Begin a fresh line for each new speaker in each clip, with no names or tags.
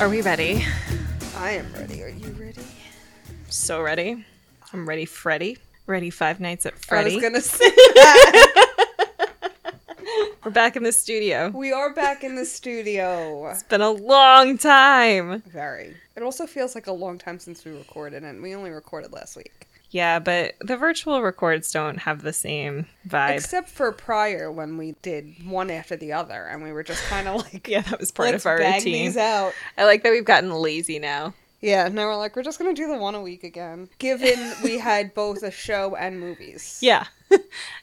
Are we ready?
I am ready. Are you ready?
So ready. I'm ready, Freddy. Ready, Five Nights at
I
Freddy.
was gonna say that.
We're back in the studio.
we are back in the studio.
It's been a long time.
Very. It also feels like a long time since we recorded, and we only recorded last week.
Yeah, but the virtual records don't have the same vibe.
Except for prior when we did one after the other, and we were just kind of like,
yeah, that was part
let's
of our
bang
routine.
these out.
I like that we've gotten lazy now.
Yeah, now we're like, we're just gonna do the one a week again. Given we had both a show and movies.
Yeah.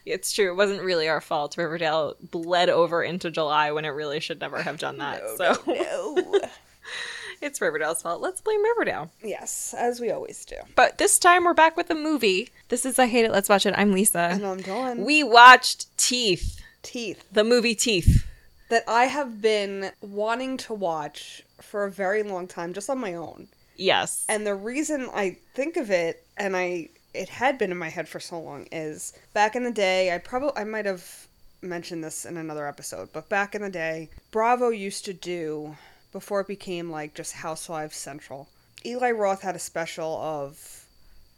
it's true. It wasn't really our fault. Riverdale bled over into July when it really should never have done that. so
Oh, No.
it's Riverdale's fault. Let's blame Riverdale.
yes, as we always do.
But this time we're back with a movie. This is I Hate It, Let's Watch It. I'm Lisa.
And I'm done.
We watched Teeth,
Teeth.
the movie Teeth.
that I have been wanting to watch for a very long time, just on my own.
Yes.
And the reason I think of it, and I it had been in my head for so long, is back in the day. I probably I might have mentioned this in another episode, but back in the day, Bravo used to do before it became like just Housewives Central. Eli Roth had a special of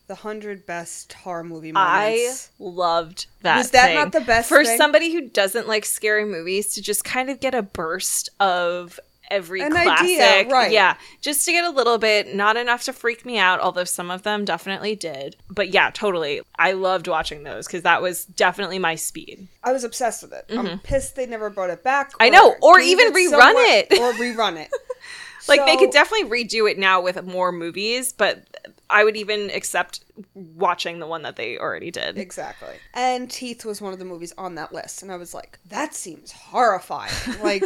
the hundred best horror movie
I
moments.
loved that.
Was that
thing.
not the best
for
thing?
somebody who doesn't like scary movies to just kind of get a burst of every
An
classic?
idea, right.
Yeah, just to get a little bit, not enough to freak me out, although some of them definitely did. But yeah, totally. I loved watching those because that was definitely my speed.
I was obsessed with it. I'm pissed they never brought it back.
Mm-hmm. I know, or
gave
even
so
rerun
much-
it.
or rerun it.
Like they
So-
could definitely redo it now with more movies, but I would even accept watching the one that they already did.
exactly. And Teeth was one of the movies on that list, and I was like, that seems horrifying. Like,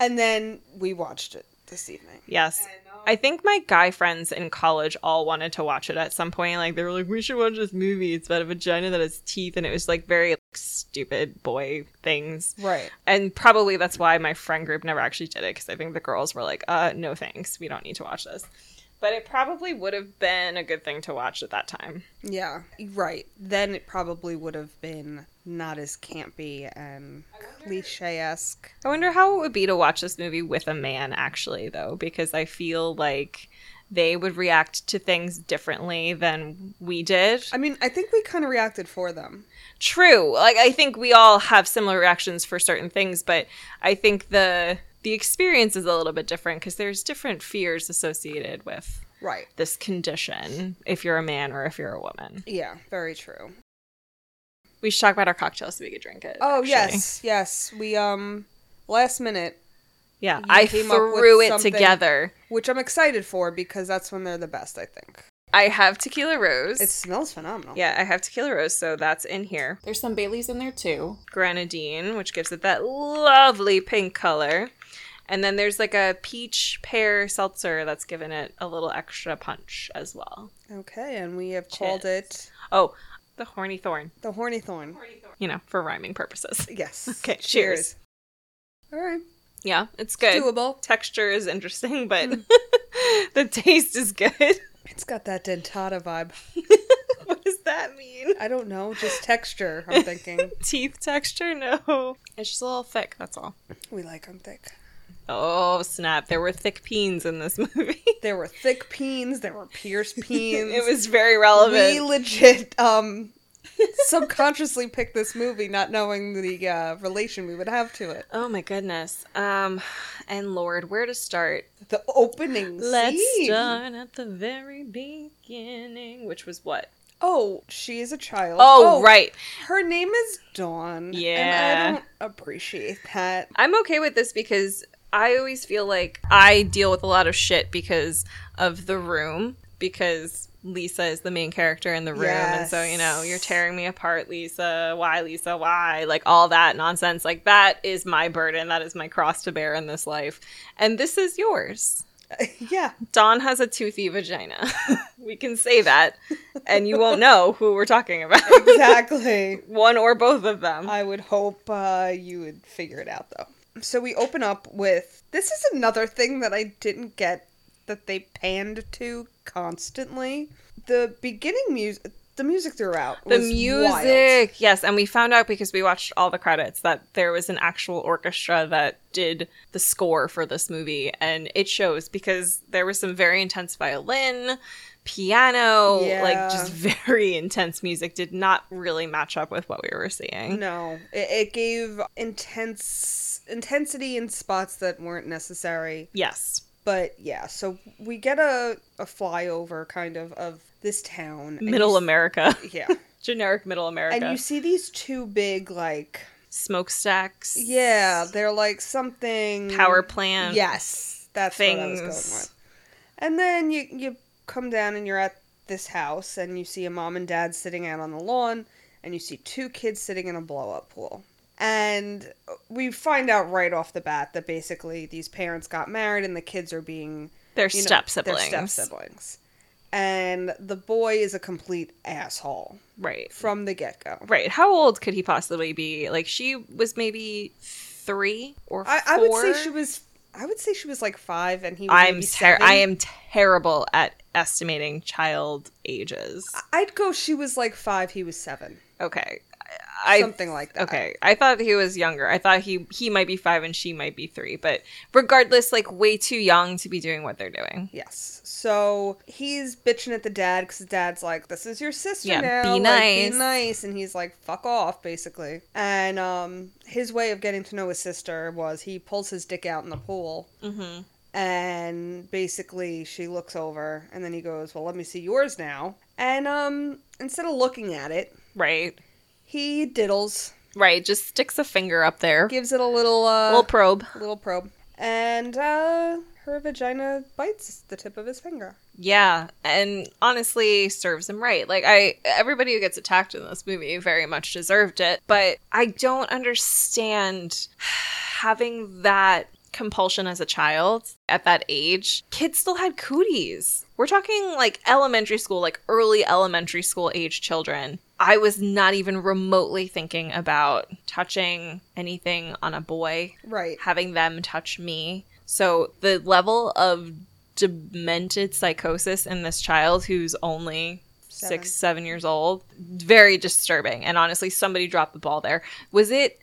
and then we watched it this evening.
Yes. I think my guy friends in college all wanted to watch it at some point. Like they were like, "We should watch this movie. It's about a vagina that has teeth," and it was like very like, stupid boy things.
Right.
And probably that's why my friend group never actually did it because I think the girls were like, "Uh, no thanks. We don't need to watch this." But it probably would have been a good thing to watch at that time.
Yeah. Right. Then it probably would have been not as campy and cliche esque.
I wonder how it would be to watch this movie with a man, actually, though, because I feel like they would react to things differently than we did.
I mean, I think we kind of reacted for them.
True. Like I think we all have similar reactions for certain things, but I think the the experience is a little bit different because there's different fears associated with
Right.
this condition if you're a man or if you're a woman.
Yeah. Very true.
We should talk about our cocktail so we could drink it.
Oh
actually.
yes, yes. We um last minute,
Yeah,
You
I
came up with
threw it
something-
together.
which I'm excited for because that's when they're the best. I think
I have tequila rose.
it smells phenomenal.
yeah, I have tequila rose, so that's in here.
There's some Baileys in there too.
grenadine, which gives it that lovely pink color. And then there's like a peach pear seltzer that's given it a little extra punch as well.
Okay, and we have called it
Oh, the horny thorn,
the horny thorn.
you know, for rhyming purposes.
Yes.
Okay, cheers.
All right,
Yeah, it's good.
doable.
Texture is interesting, but
Hmm.
the taste is good.
It's got that dentata vibe.
what does that mean?
I don't know, just texture. I'm thinking
Teeth texture? No. It's just a little thick, that's all.
we like them thick.
Oh, snap. There were thick peens in this movie.
There were thick peens. There were pierced peens.
it was very relevant.
we legit um subconsciously picked this movie, not knowing the uh, relation we would have to it.
Oh my goodness. Um and Lord, where to start?
The opening scene.
at the very beginning, which was what?
Oh, she is a child.
Oh, right.
Her name is Dawn.
Yeah.
And I don't appreciate that.
I'm okay with this because I always feel like I deal with a lot of shit because of the room because Lisa is the main character in the room and so you know,
Yes.
you're tearing me apart, Lisa. Why Lisa? Why? Like all that nonsense. Like that is my burden. That is my cross to bear in this life. And this is yours.
yeah.
Dawn has a toothy vagina. we can say that, and you won't know who we're talking about.
Exactly.
One or both of them.
I would hope uh, you would figure it out though. So we open up with this is another thing that I didn't get that they panned to constantly. The beginning music the music throughout.
The
was
music,
wild.
yes, and we found out because we watched all the credits that there was an actual orchestra that did the score for this movie, and it shows because there was some very intense violin, piano, like
Yeah.
just very intense music. Did not really match up with what we were seeing.
No, it, it gave intense intensity in spots that weren't necessary.
Yes,
But yeah, so we get a a flyover kind of of this town. and
middle
you s-
America,
Yeah,
generic middle America,
and you see these two big like
smokestacks.
yeah, they're like something
power plant.
Yes, that's what I was going
things.
with. And then you you come down and you're at this house and you see a mom and dad sitting out on the lawn and you see two kids sitting in a blow up pool. And we find out right off the bat that basically these parents got married and the kids are being
they're
you know,
step siblings.
They're step siblings. And the boy is a complete asshole
Right.
from the get go.
Right. How old could he possibly be? Like she was maybe three or
I,
four.
I would say she was. I would say she was like five, and he was
I'm
maybe
ter-
seven.
I am terrible at estimating child ages.
I'd go. She was like five. He was seven.
Okay. I
Something like that.
Okay. I thought he was younger. I thought he he might be five and she might be three, but regardless, like way too young to be doing what they're doing.
Yes. So he's bitching at the dad because the dad's like, "This is your sister
Yeah,
now.
be
like,
nice."
be nice." And he's like, "Fuck off," basically. And um, his way of getting to know his sister was he pulls his dick out in the pool,
Mm-hmm.
and basically she looks over, and then he goes, "Well, let me see yours now." And um, instead of looking at it,
Right.
he diddles,
Right. Just sticks a finger up there.
gives it a little uh,
little probe.
little probe, and uh, her vagina bites the tip of his finger.
Yeah, and honestly, serves him right. Like I, everybody who gets attacked in this movie very much deserved it, but I don't understand having that compulsion as a child at that age. Kids still had cooties. We're talking like elementary school, like early elementary school age children. I was not even remotely thinking about touching anything on a boy
Right.
having them touch me. So the level of demented psychosis in this child who's only
Seven.
six, seven years old, very disturbing. And honestly, somebody dropped the ball there. Was it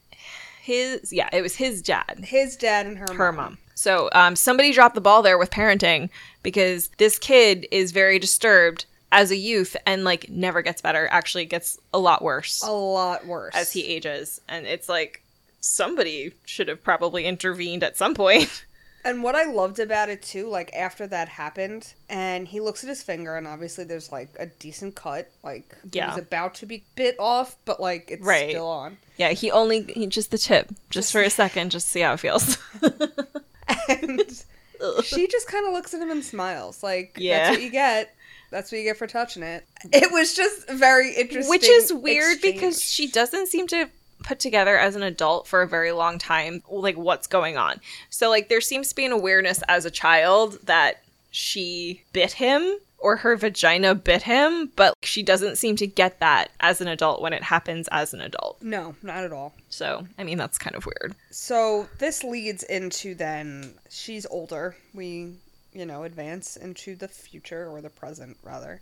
his? Yeah, it was his dad,
his dad and her,
her mom. So um, somebody dropped the ball there with parenting because this kid is very disturbed as a youth and like never gets better, actually gets a lot worse
A lot worse.
as he ages and it's like somebody should have probably intervened at some point
And what I loved about it too, like after that happened, and he looks at his finger, and obviously there's like a decent cut, like
Yeah.
he's about to be bit off, but like it's
Right.
still on.
yeah he only he, just the tip just for a second just see how it feels
And she just kind of looks at him and smiles, like
Yeah.
that's what you get. That's what you get for touching it. It was just very interesting,
which is weird
exchange.
because she doesn't seem to put together as an adult for a very long time like what's going on so like there seems to be an awareness as a child that she bit him or her vagina bit him but she doesn't seem to get that as an adult when it happens as an adult
no, not at all.
so i mean that's kind of weird
So this leads into then she's older. We, you know, advance into the future or the present rather.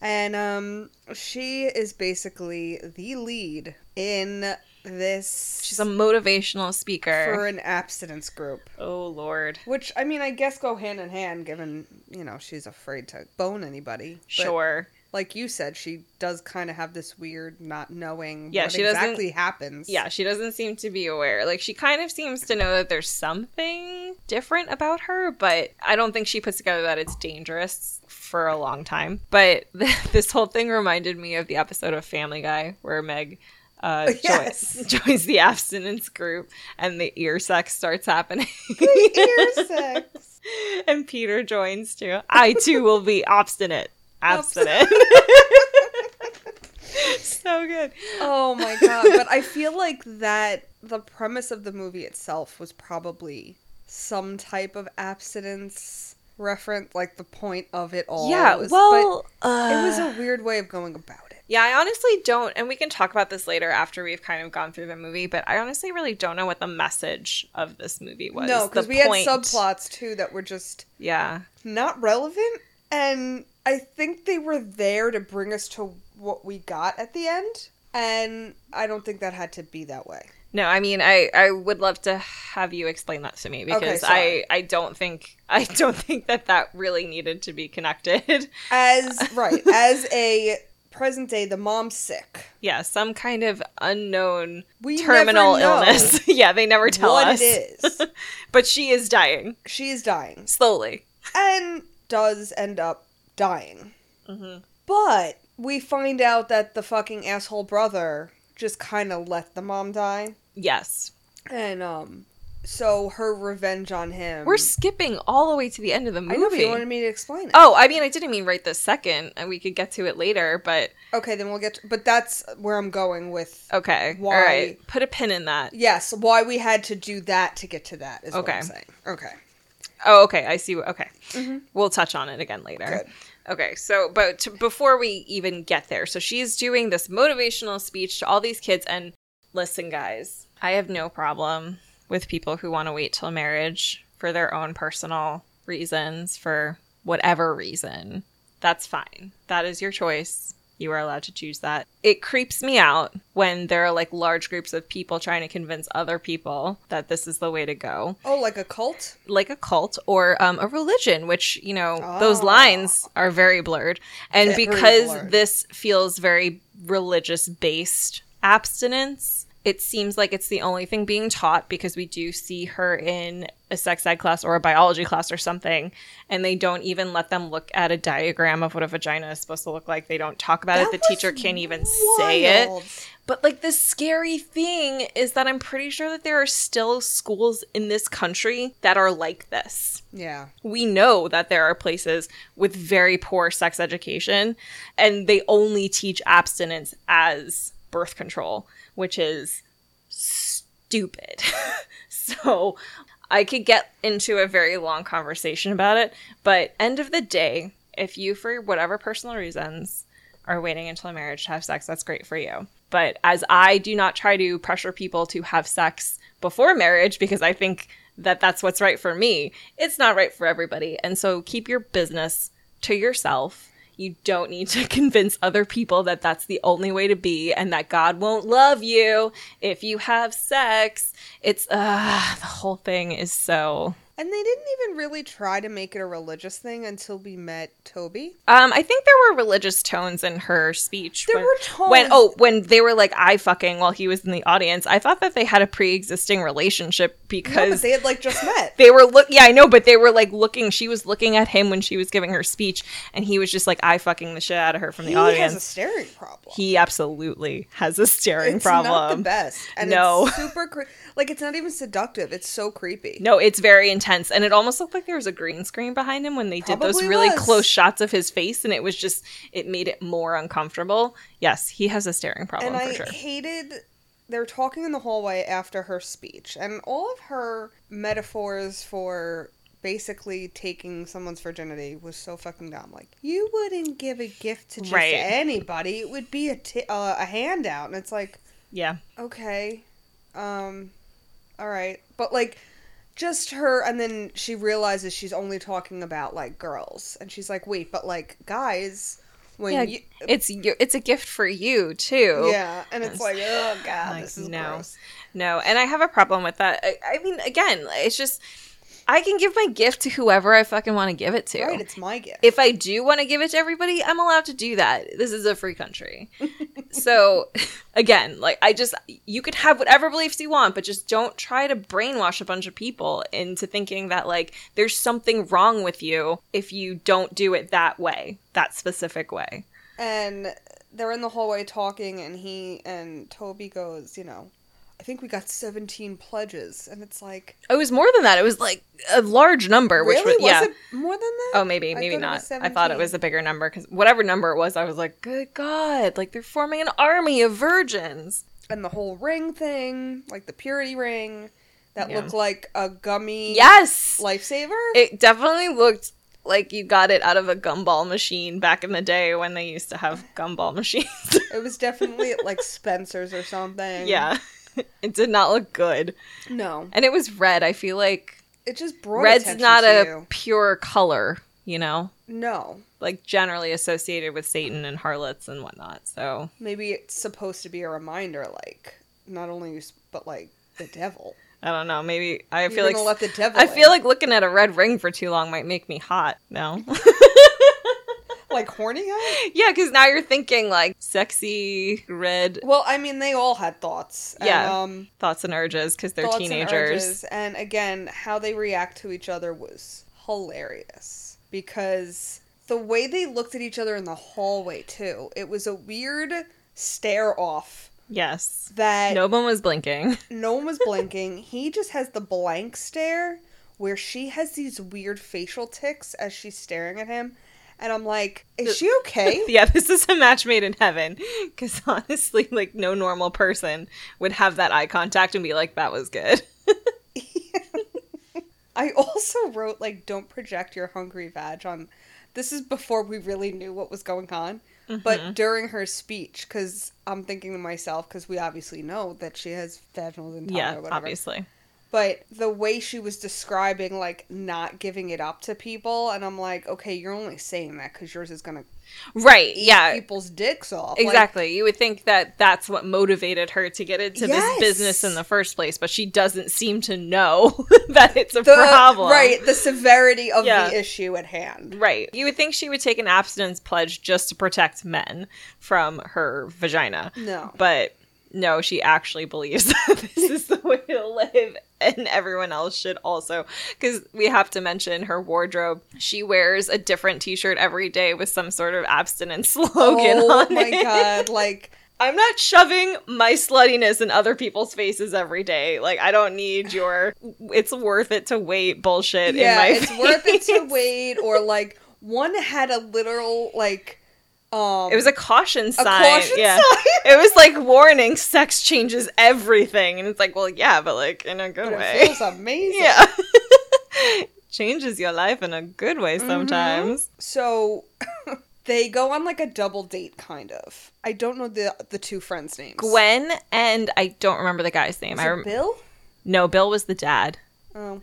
And um she is basically the lead in this
She's a motivational speaker.
for an abstinence group.
oh lord.
Which I mean I guess go hand in hand given, you know, she's afraid to bone anybody. But
Sure.
like you said, she does kinda have this weird not knowing
Yeah,
what
she doesn't-
exactly happens.
Yeah, she doesn't seem to be aware. Like she kind of seems to know that there's something different about her, but I don't think she puts together that it's dangerous for a long time. But this whole thing reminded me of the episode of Family Guy where Meg uh,
Yes.
joins, joins the abstinence group and the ear sex starts happening.
Ear sex.
and Peter joins too. I too will be obstinate. Abstinent. so good.
Oh my god! But I feel like that the premise of the movie itself was probably some type of abstinence reference, like the point of it all.
yeah,
was-
well,
but it was
uh,
a weird way of going about it.
yeah, I honestly don't, and we can talk about this later after we've kind of gone through the movie, but I honestly really don't know what the message of this movie was.
no, because
The
we
point-
had subplots too that were just
Yeah.
not relevant, and I think they were there to bring us to what we got at the end, and I don't think that had to be that way.
No, I mean I I would love to have you explain that to me because
sorry.
I I don't think I don't think that that really needed to be connected.
As right, as a present day, the mom's sick.
yeah, some kind of unknown
We never
terminal
know
illness. yeah, they never tell
what
us.
it is.
But she is dying
she is dying
slowly.
and does end up dying.
Mhm.
But we find out that the fucking asshole brother just kind of let the mom die.
Yes.
And um so her revenge on him.
We're skipping all the way to the end of the movie.
I know but you wanted me to explain it.
Oh, I mean, I didn't mean right this second, and we could get to it later, but
Okay, then we'll get to, but that's where I'm going with
okay.
Why-
All right. Put a pin in that.
yes, why we had to do that to get to that is what
Okay.
I'm saying. Okay.
Oh, okay. I see. what- Okay.
Mhm.
We'll touch on it again later.
Good.
Okay. So, but to, before we even get there, so she's doing this motivational speech to all these kids. And listen, guys, I have no problem with people who want to wait till marriage for their own personal reasons, for whatever reason. That's fine. That is your choice. You are allowed to choose that. It creeps me out when there are like large groups of people trying to convince other people that this is the way to go
Oh, like a cult?
like a cult or um, a religion, which you know those
Ah.
lines are very blurred. And
Very
because
blurred.
this feels very religious based abstinence, it seems like it's the only thing being taught because we do see her in a sex ed class or a biology class or something, and they don't even let them look at a diagram of what a vagina is supposed to look like. They don't talk about
That
it. The
was
teacher can't even say it.
Wild.
But like the scary thing is that I'm pretty sure that there are still schools in this country that are like this.
Yeah.
We know that there are places with very poor sex education and they only teach abstinence as birth control, which is stupid. so I could get into a very long conversation about it, but end of the day, if you, for whatever personal reasons, are waiting until marriage to have sex, that's great for you. But as I do not try to pressure people to have sex before marriage because I think that that's what's right for me, it's not right for everybody. And so keep your business to yourself. You don't need to convince other people that that's the only way to be and that God won't love you if you have sex. It's, uh, the whole thing is so.
And they didn't even really try to make it a religious thing until we met Toby.
Um, I think there were religious tones in her speech.
There
when-
were tones.
when oh when they were like eye fucking while he was in the audience i thought that they had a pre-existing relationship
no, but
because
they had like just met.
they were look yeah i know but they were like looking she was looking at him when she was giving her speech and he was just like eye fucking the shit out of her from the
he
audience
has a staring problem.
he absolutely has a staring
it's
problem
not the best, and
No.
it's super cre- like it's not even seductive. It's so creepy.
no, it's very intense, and it almost looked like there was a green screen behind him when they did those
Probably
really
was.
close shots of his face, and it was just it made it more uncomfortable. Yes, he has a staring problem
and
for
I
sure.
hated. They're talking in the hallway after her speech, and all of her metaphors for basically taking someone's virginity was so fucking dumb. Like you wouldn't give a gift to just
Right.
anybody; it would be a ti- uh, a handout, and it's like
Yeah,
okay um all right but like just her and then she realizes she's only talking about like girls and she's like wait but like guys when
yeah,
you
it's your- it's a gift for you too.
yeah and it's like oh god
Like,
this is
no.
gross
No, and I have a problem with that. I, I mean, again, it's just I can give my gift to whoever I fucking want to give it to.
right it's my gift
if I do want to give it to everybody, I'm allowed to do that. This is a free country. so, again, like I just you could have whatever beliefs you want, but just don't try to brainwash a bunch of people into thinking that like there's something wrong with you if you don't do it that way, that specific way.
and they're in the hallway talking and he and toby goes you know i think we got 17 pledges and it's like
It was more than that. It was like a large number, which
really
was yeah.
was it more than that
Oh, maybe,
I
maybe
thought it
not.
was
I thought it
17.
was a bigger number because whatever number it was, I was like, good God, like they're forming an army of virgins.
and the whole ring thing, like the purity ring that
Yeah.
looked like a gummy
Yes.
lifesaver.
It definitely looked like you got it out of a gumball machine back in the day when they used to have gumball machines.
It was definitely at like Spencer's or something.
yeah. It did not look good.
No.
And it was red. I feel like
It just brought
red's
attention
not
to
a
you.
pure color, you know?
No.
like generally associated with Satan and harlots and whatnot. So
Maybe it's supposed to be a reminder, like not only you, but like the devil.
I don't know. Maybe I
You're
feel like
gonna let the devil.
I feel
in.
like looking at a red ring for too long might make me hot. No.
like horny guy.
yeah, because now you're thinking like sexy red
Well, I mean, they all had thoughts. and,
Yeah.
um,
thoughts and urges because they're
thoughts and
teenagers.
urges, And, again, how they react to each other was hilarious because the way they looked at each other in the hallway too, it was a weird stare off
Yes.
that
No one was blinking.
no one was blinking. he just has the blank stare where she has these weird facial ticks as she's staring at him. And I'm like, is she okay?
yeah, this is a match made in heaven. Because honestly, like, no normal person would have that eye contact and be like, that was good.
I also wrote like don't project your hungry vag on this is before we really knew what was going on
Mm-hmm.
but during her speech cuz I'm thinking to myself cuz we obviously know that she has vaginal intolerance
yeah,
or whatever
obviously.
but the way she was describing like not giving it up to people and I'm like okay you're only saying that cuz yours is going to
Right.
eat
Yeah.
people's dicks off Like,
Exactly. you would think that that's what motivated her to get into
Yes.
this business in the first place, but she doesn't seem to know that it's a
the
problem.
right the severity of
Yeah.
the issue at hand
Right. You would think she would take an abstinence pledge just to protect men from her vagina.
No.
But no, she actually believes that this is the way to live and everyone else should also cuz we have to mention her wardrobe. She wears a different t-shirt every day with some sort of abstinence slogan
oh
on
my
it.
god like
I'm not shoving my sluttiness in other people's faces every day. Like I don't need your it's worth it to wait bullshit in my
it's worth it
face.
to wait or like one had a literal like um
It was a caution sign.
caution
yeah.
sign?
it was like warning, sex changes everything. And it's like, well, yeah, but like in a good
but it
way.
feels amazing
Yeah. changes your life in a good way sometimes.
so they go on like a double date kind of i don't know the the two friends names
Gwen and I don't remember the guy's name.
Is
I
it
rem-
bill
No, Bill was the dad.
um,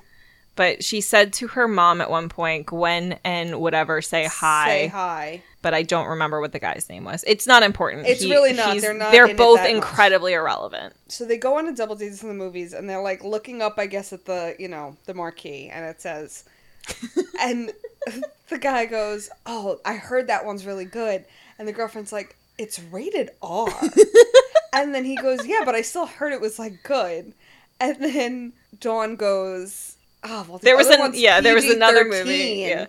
But she said to her mom at one point, Gwen and whatever say hi.
say hi
But I don't remember what the guy's name was. It's not important.
It's really not.
he's-
They're not in
They're
it
both
that much.
incredibly irrelevant.
so they go on a double date in the movies and they're like looking up i guess at the you know the marquee and it says and the guy goes oh i heard that one's really good and the girlfriend's like it's rated r and then he goes yeah but i still heard it was like good and then dawn goes oh well the
There was
other
an-
one's
yeah, there was another movie,
PG-13."
yeah.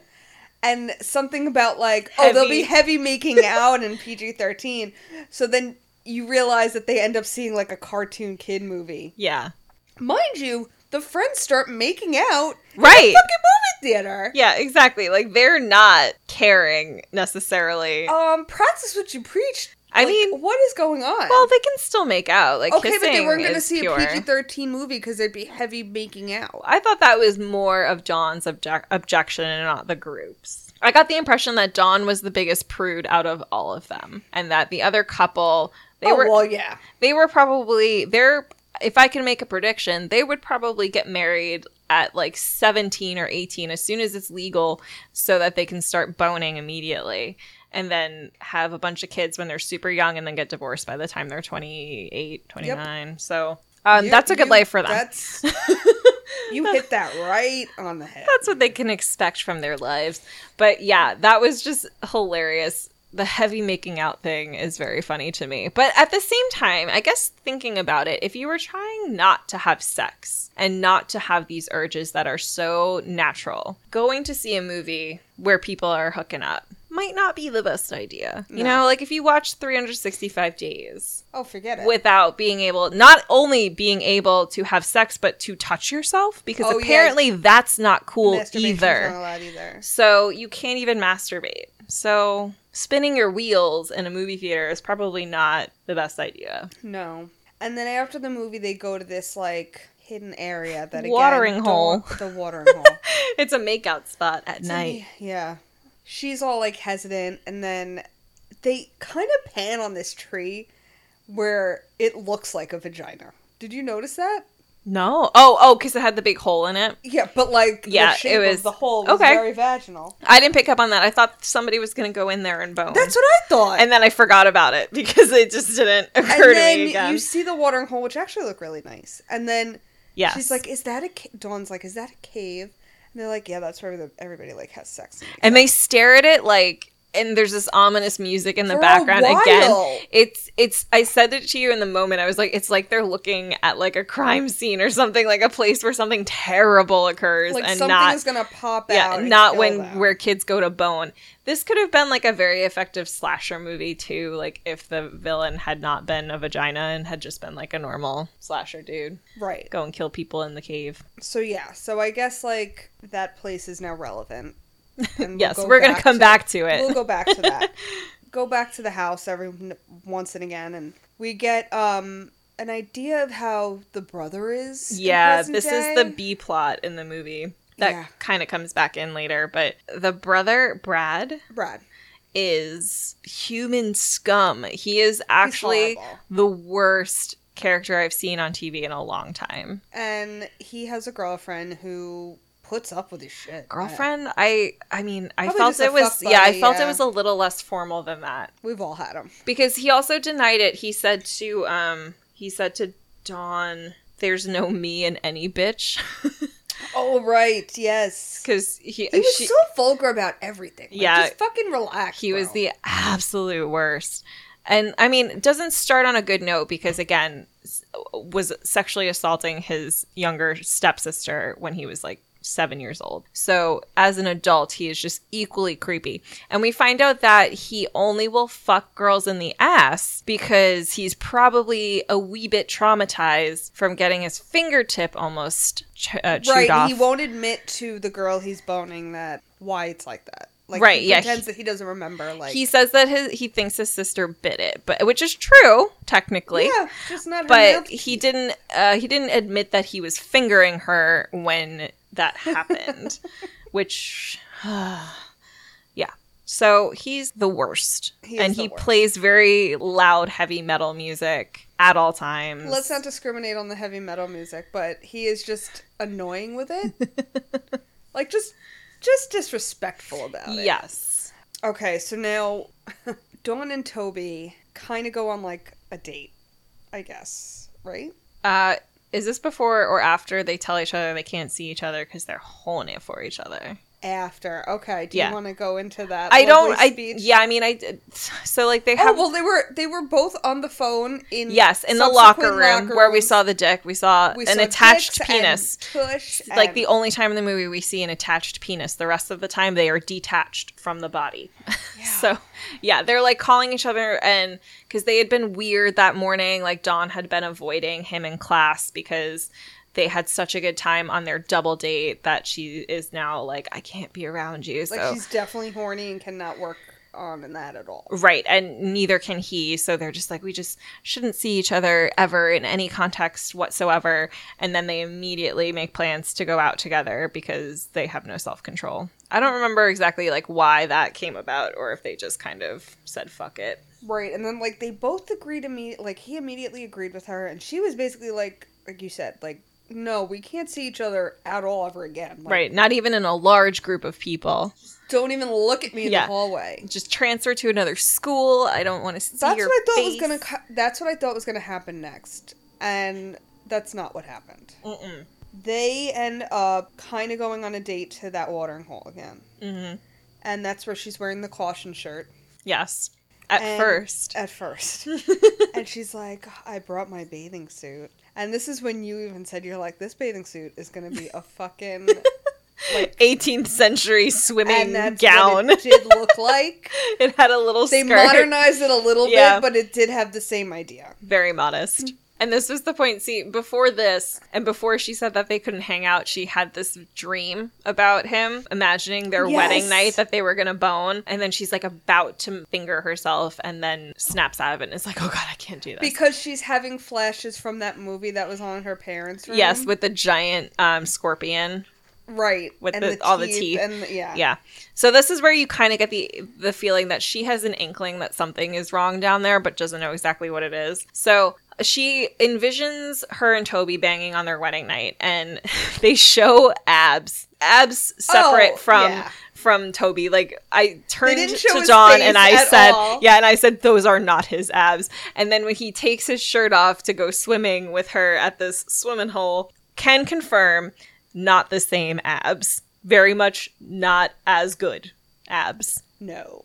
and something about like oh they'll be heavy making out in PG-13 so then you realize that they end up seeing like a cartoon kid movie
Yeah.
mind you the friends start making out
Right.
fucking movie theater
Yeah, exactly. Like they're not caring necessarily.
um practice what you preach
I
Like,
mean,
what is going on
well, they can still make out. Like
okay but they weren't
going
gonna
to
see
pure.
a PG-13 movie because there'd be heavy making out
I thought that was more of Dawn's objec- objection and not the group's. I got the impression that Dawn was the biggest prude out of all of them, and that the other couple they
oh
were
well yeah
they were probably they're if I can make a prediction, they would probably get married at like 17 or 18 as soon as it's legal so that they can start boning immediately and then have a bunch of kids when they're super young and then get divorced by the time they're 28, 29. So um,
You-
that's a good
you-
life for them. That's-,
that's you hit that right on the head
what they can expect from their lives. But yeah, that was just hilarious. The heavy making out thing is very funny to me. But at the same time, I guess thinking about it, if you were trying not to have sex and not to have these urges that are so natural, going to see a movie where people are hooking up might not be the best idea. You
No.
know, like if you watch 365 days,
oh forget it
without being able not only being able to have sex but to touch yourself because
Oh, yeah.
apparently that's not cool
Masturbation's
either
not allowed either
so you can't even masturbate so spinning your wheels in a movie theater is probably not the best idea
No. And then after the movie, they go to this like hidden area that again,
Watering
don't-
hole.
The watering hole.
it's a makeout spot at night
Yeah. She's all like hesitant, and then they kind of pan on this tree where it looks like a vagina. Did you notice that?
No. Oh, oh, because it had the big hole in it.
Yeah, but like
Yeah,
the shape
it was-
of the hole was
okay.
very vaginal.
I didn't pick up on that. I thought somebody was going to go in there and bone.
That's what I thought.
and then I forgot about it because it just didn't
And
occur to
then
me again.
you see the watering hole, which actually look really nice. And then
yes.
she's like, "Is that a?" Ca-? Dawn's like, "Is that a cave?" And they're like, "Yeah, that's where the, everybody like has sex." in the
and they stare at it like and there's this ominous music in the
For a
background
while.
again it's it's i said it to you in the moment i was like it's like they're looking at like a crime scene or something like a place where something terrible occurs
like
and
something
not
is gonna pop
yeah
out. and
not
kill
when
them.
where kids go to bone this could have been like a very effective slasher movie too like if the villain had not been a vagina and had just been like a normal slasher dude
right.
go and kill people in the cave
So yeah, so I guess like that place is now relevant. And we'll
yes
go
we're gonna
back
come
to-
back to it
We'll go back to that. go back to the house every n- once and again, and we get um an idea of how the brother is. in
Yeah,
present
this
day.
is the B plot in the movie that
Yeah.
kind of comes back in later. But the brother, Brad,
Brad.
is human scum. He is actually
horrible.
the worst character I've seen on TV in a long time.
and he has a girlfriend who puts up with his shit.
Girlfriend, I I mean, I
Probably
felt
just a
it was
fuck
yeah, I
buddy,
felt it
yeah.
was a little less formal than that.
Yeah. We've all had him.
because he also denied it. He said to um he said to Dawn, "There's no me in any bitch,"
Oh right, yes.
because he
He was
she-
so vulgar about everything. Like,
Yeah.
just fucking relax.
He was
bro.
the absolute worst. And I mean, it doesn't start on a good note because again, s- was sexually assaulting his younger stepsister when he was like 7 years old. So, as an adult, he is just equally creepy. And we find out that he only will fuck girls in the ass because he's probably a wee bit traumatized from getting his fingertip almost ch- uh, chewed
right.
off.
He won't admit to the girl he's boning that why it's like that. Like
Right,
He
yeah,
pretends
he-
that he doesn't remember. Like
he says that his he thinks his sister bit it, but which is true technically.
yeah, just not. her nail
but
to
he
keep.
didn't uh, he didn't admit that he was fingering her when that happened which yeah so he's the worst
He is
and
the
he
worst.
plays very loud heavy metal music at all times
Let's not discriminate on the heavy metal music, but he is just annoying with it. like just, just disrespectful about it.
yes
Okay, so now Dawn and Toby kind of go on like a date, I guess, right?
uh is this before or after they tell each other they can't see each other because they're holding it for each other
After. Okay, do
Yeah.
you want to go into that?
i don't
lovely
i
speech?
yeah i mean i did so like they
Oh
have
well, they were they were both on the phone in
yes in the locker
Mm-hmm. subsequent
room
locker
where we
rooms.
saw the dick we saw
We
an
saw
attached
dicks
penis
and tush
It's like
and-
the only time in the movie we see an attached penis. The rest of the time they are detached from the body. so, yeah, they're like calling each other and cuz they had been weird that morning, like Dawn had been avoiding him in class because they had such a good time on their double date that she is now like I can't be around you. So
like she's definitely horny and cannot work on that at all.
Right, and neither can he. So they're just like, we just shouldn't see each other ever in any context whatsoever. And then they immediately make plans to go out together because they have no self control. I don't remember exactly like why that came about or if they just kind of said fuck it.
Right, and then like they both agreed to meet. Like he immediately agreed with her, and she was basically like, like you said, like no, we can't see each other at all ever again. Like,
Right, not even in a large group of people.
Don't even look at me in
Yeah.
the hallway.
Just transfer to another school. I don't want to see
That's
your
what I thought
face.
was gonna. co- That's what I thought was gonna happen next, and that's not what happened.
Mm-mm.
They end up kind of going on a date to that watering hole again,
hmm
and that's where she's wearing the caution shirt
Yes, at
And-
first.
at first. and she's like, I brought my bathing suit. And this is when you even said, you're like, this bathing suit is going to be a fucking.
18th century swimming
and that's
gown.
what it did look like.
It had a little
They
skirt.
modernized it a little
Yeah.
bit, but it did have the same idea.
Very modest. And this was the point. See, before this, and before she said that they couldn't hang out, she had this dream about him, imagining their
Yes.
wedding night that they were going to bone. And then she's like about to finger herself and then snaps out of it and is like, oh God, I can't do this.
Because she's having flashes from that movie that was on her parents' room.
yes, with the giant um, scorpion.
right
with
and
the- all the teeth.
and the- yeah
Yeah. So this is where you kind of get the the feeling that she has an inkling that something is wrong down there but doesn't know exactly what it is. So she envisions her and Toby banging on their wedding night and they show abs. Abs separate
Oh,
from
yeah.
from Toby. Like I turned
didn't show
to
his
John
face
and I
at
said,
all.
"Yeah, and I said those are not his abs." And then when he takes his shirt off to go swimming with her at this swimming hole, can confirm not the same abs. Very much not as good abs.
no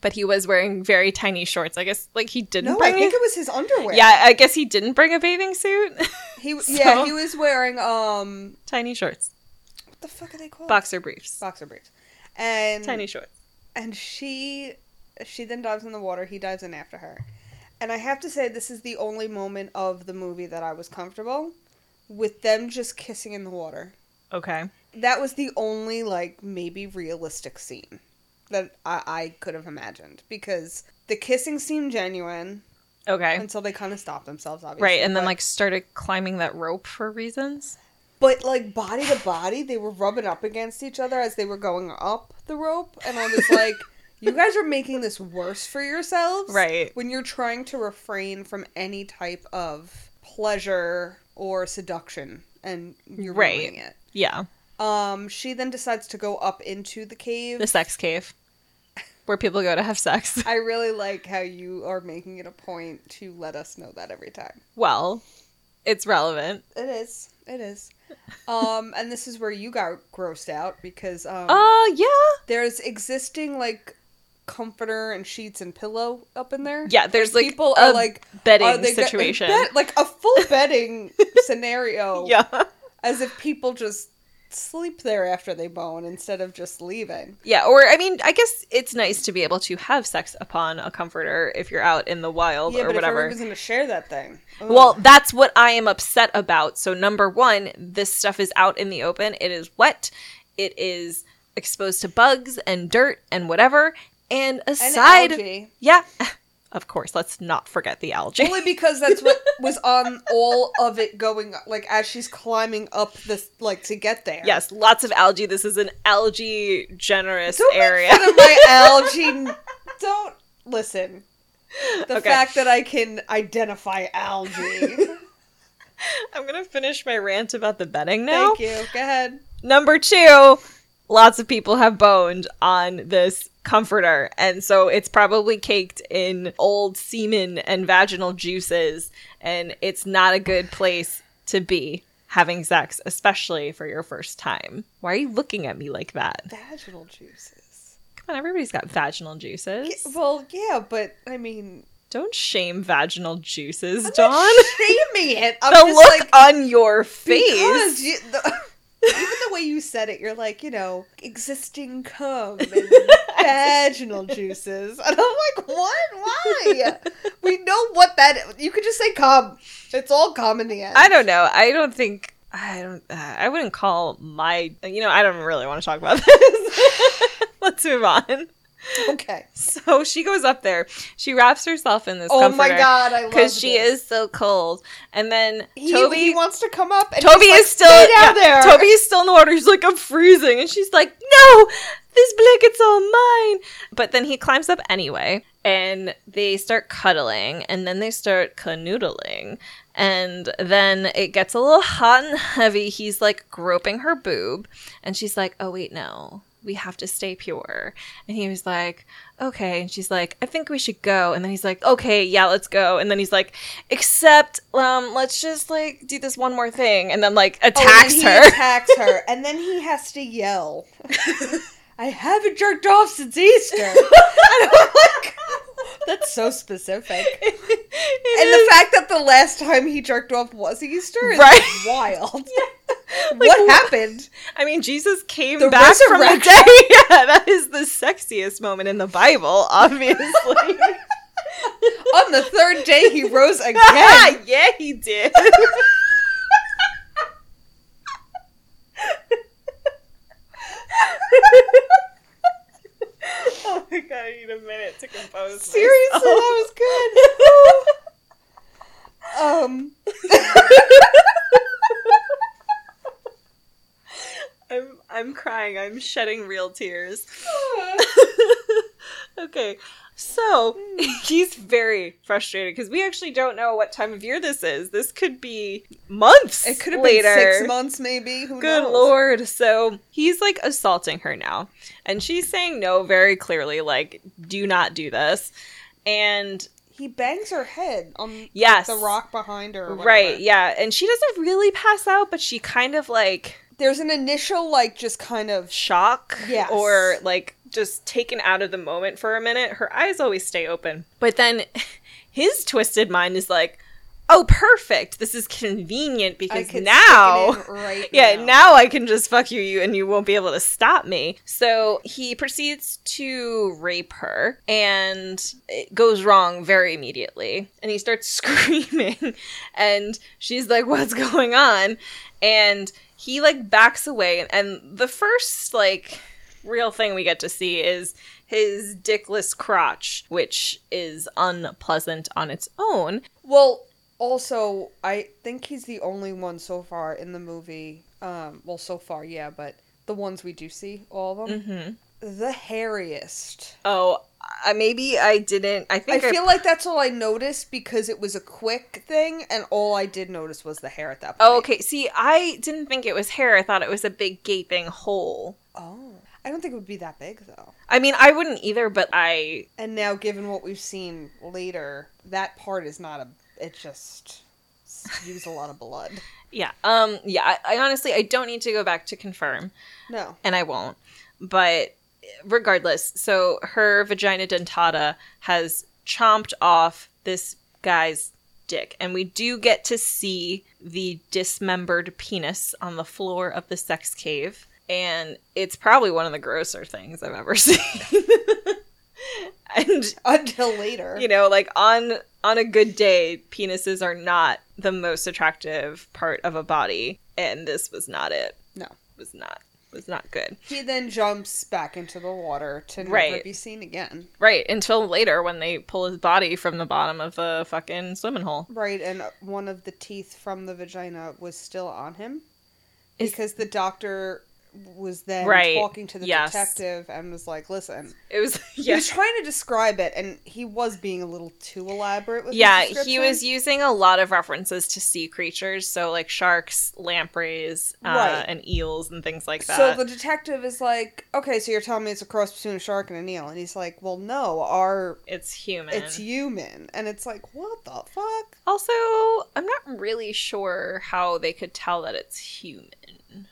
But he was wearing very tiny shorts. I guess like he didn't
no i
bring
think
a-
it was his underwear
Yeah, I guess he didn't bring a bathing suit.
he w
so-
yeah he was wearing um
tiny shorts.
what the fuck are they called
Boxer briefs.
boxer briefs and
Tiny shorts.
and she she then dives in the water he dives in after her and i have to say this is the only moment of the movie that i was comfortable with them just kissing in the water
Okay.
that was the only like maybe realistic scene that i, I could have imagined because the kissing seemed genuine
Okay.
until they kind of stopped themselves obviously
Right, and then
but-
like started climbing that rope for reasons.
but like body to body they were rubbing up against each other as they were going up the rope and i was like you guys are making this worse for yourselves
Right.
when you're trying to refrain from any type of pleasure or seduction and you're
Right.
ruining it
Yeah.
um she then decides to go up into the cave
The sex cave. Where people go to have sex.
i really like how you are making it a point to let us know that every time
Well, it's relevant.
it is it is um and this is where you got grossed out because um
Uh yeah.
There's existing like comforter and sheets and pillow up in there.
Yeah, there's like,
people
a
are like
bedding
are they go-
situation.
bed- like a full bedding scenario.
yeah.
as if people just sleep there after they bone instead of just leaving.
Yeah, or I mean, I guess it's nice to be able to have sex upon a comforter if you're out in the wild
yeah,
or
but if
whatever.
everyone's gonna share that thing, ugh.
Well, that's what I am upset about. So, number one, this stuff is out in the open. It is wet. It is exposed to bugs and dirt and whatever. And
and
aside,
algae.
yeah, of course, let's not forget the algae.
Only because that's what was on all of it going like as she's climbing up this like to get there.
yes, lots of algae. This is an algae generous
Don't
area.
make fun of my algae. Don't listen. The
Okay.
fact that I can identify algae.
I'm gonna finish my rant about the bedding now.
Thank you. Go ahead.
Number two, lots of people have boned on this comforter. And so it's probably caked in old semen and vaginal juices. And it's not a good place to be having sex, especially for your first time. Why are you looking at me like that?
Vaginal juices.
Come on, everybody's got vaginal juices.
Well, yeah, but I mean,
Don't shame vaginal juices,
I'm
Dawn.
not shaming it. I'm
The
just
look
like
on your face.
because you, the, even the way you said it, you're like, you know, existing cum and vaginal juices, and I'm like, what? Why? we know what that. You could just say cum. It's all cum in the end.
I don't know. I don't think I don't. Uh, I wouldn't call my. You know, I don't really want to talk about this. Let's move on.
okay.
So she goes up there. She wraps herself in this.
Oh my god, I love
Because she
this.
is so cold, and then
He,
Toby.
he wants to come up. And
Toby
he's like,
is still
"Stay down
yeah,
there.
Toby is still in the water. He's like, I'm freezing, and she's like, No, this blanket's all mine. But then he climbs up anyway, and they start cuddling, and then they start canoodling, and then it gets a little hot and heavy. He's like groping her boob, and she's like, Oh wait, no. We have to stay pure. And he was like, okay. And she's like, I think we should go. And then he's like, okay, yeah, let's go. And then he's like, except, um, let's just like do this one more thing. And then like
Oh, and
attacks
he
her.
Attacks her, and then he has to yell. I haven't jerked off since Easter. And I'm like, that's so specific.
It
And the
is-
fact that the last time he jerked off was Easter is
Right.
wild.
Like,
what happened?
I mean, Jesus came
The
back from the
resurrection.
day. Yeah, that is the sexiest moment in the Bible, obviously.
On the third day, he rose again.
yeah, yeah, he did. oh my god, I need a minute to compose.
Seriously,
myself.
that was good.
Oh.
Um,
I'm I'm crying. I'm shedding real tears. okay. So he's very frustrated because we actually don't know what time of year this is. This could be months.
It could have been
later.
six months, maybe. Who
Good
knows?
lord. So he's like assaulting her now. And she's saying no very clearly, like, do not do this. And
He bangs her head on
yes.
the rock behind her. or whatever.
Right, yeah. And she doesn't really pass out, but she kind of like
There's an initial, like, just kind of.
shock
Yes.
or like just taken out of the moment for a minute. Her eyes always stay open. But then his twisted mind is like, oh, perfect. This is convenient
I
because
could
now.
stick it in right
Yeah,
now.
now I can just fuck you, you, and you won't be able to stop me. So he proceeds to rape her, and it goes wrong very immediately. And he starts screaming, and she's like, "What's going on?" And he like backs away, and the first like real thing we get to see is his dickless crotch, which is unpleasant on its own.
Well, also, I think he's the only one so far in the movie. Um, well, so far, yeah, but the ones we do see, all of them,
Mm-hmm.
the hairiest.
Oh, I, maybe I didn't. I
I
think I
feel like that's all I noticed because it was a quick thing, and all I did notice was the hair at that point.
Oh, okay. See, I didn't think it was hair. I thought it was a big gaping hole.
Oh, I don't think it would be that big though.
I mean, I wouldn't either, but I.
And now, given what we've seen later, that part is not a. It just spews a lot of blood.
Yeah. Um. Yeah. I, I honestly, I don't need to go back to confirm,
No.
and I won't. But regardless, so her vagina dentata has chomped off this guy's dick, and we do get to see the dismembered penis on the floor of the sex cave, and it's probably one of the grosser things I've ever seen. and
Until later.
you know like on on a good day penises are not the most attractive part of a body and this was not it
No.
was not was not good
He then jumps back into the water to never
Right.
be seen again.
right until later when they pull his body from the bottom of the fucking swimming hole
Right, and one of the teeth from the vagina was still on him
Is-
because the doctor was then
Right,
talking to the
yes.
detective and was like, "Listen."
it was
He
yeah
was trying to describe it, and he was being a little too elaborate with. his
yeah he
description.
was using a lot of references to sea creatures so like sharks lampreys uh,
Right.
and eels and things like that
So the detective is like, "Okay, so you're telling me it's a cross between a shark and an eel?" And he's like, "Well, no, our
it's human
it's human." And it's like, "What the fuck?"
Also, I'm not really sure how they could tell that it's human.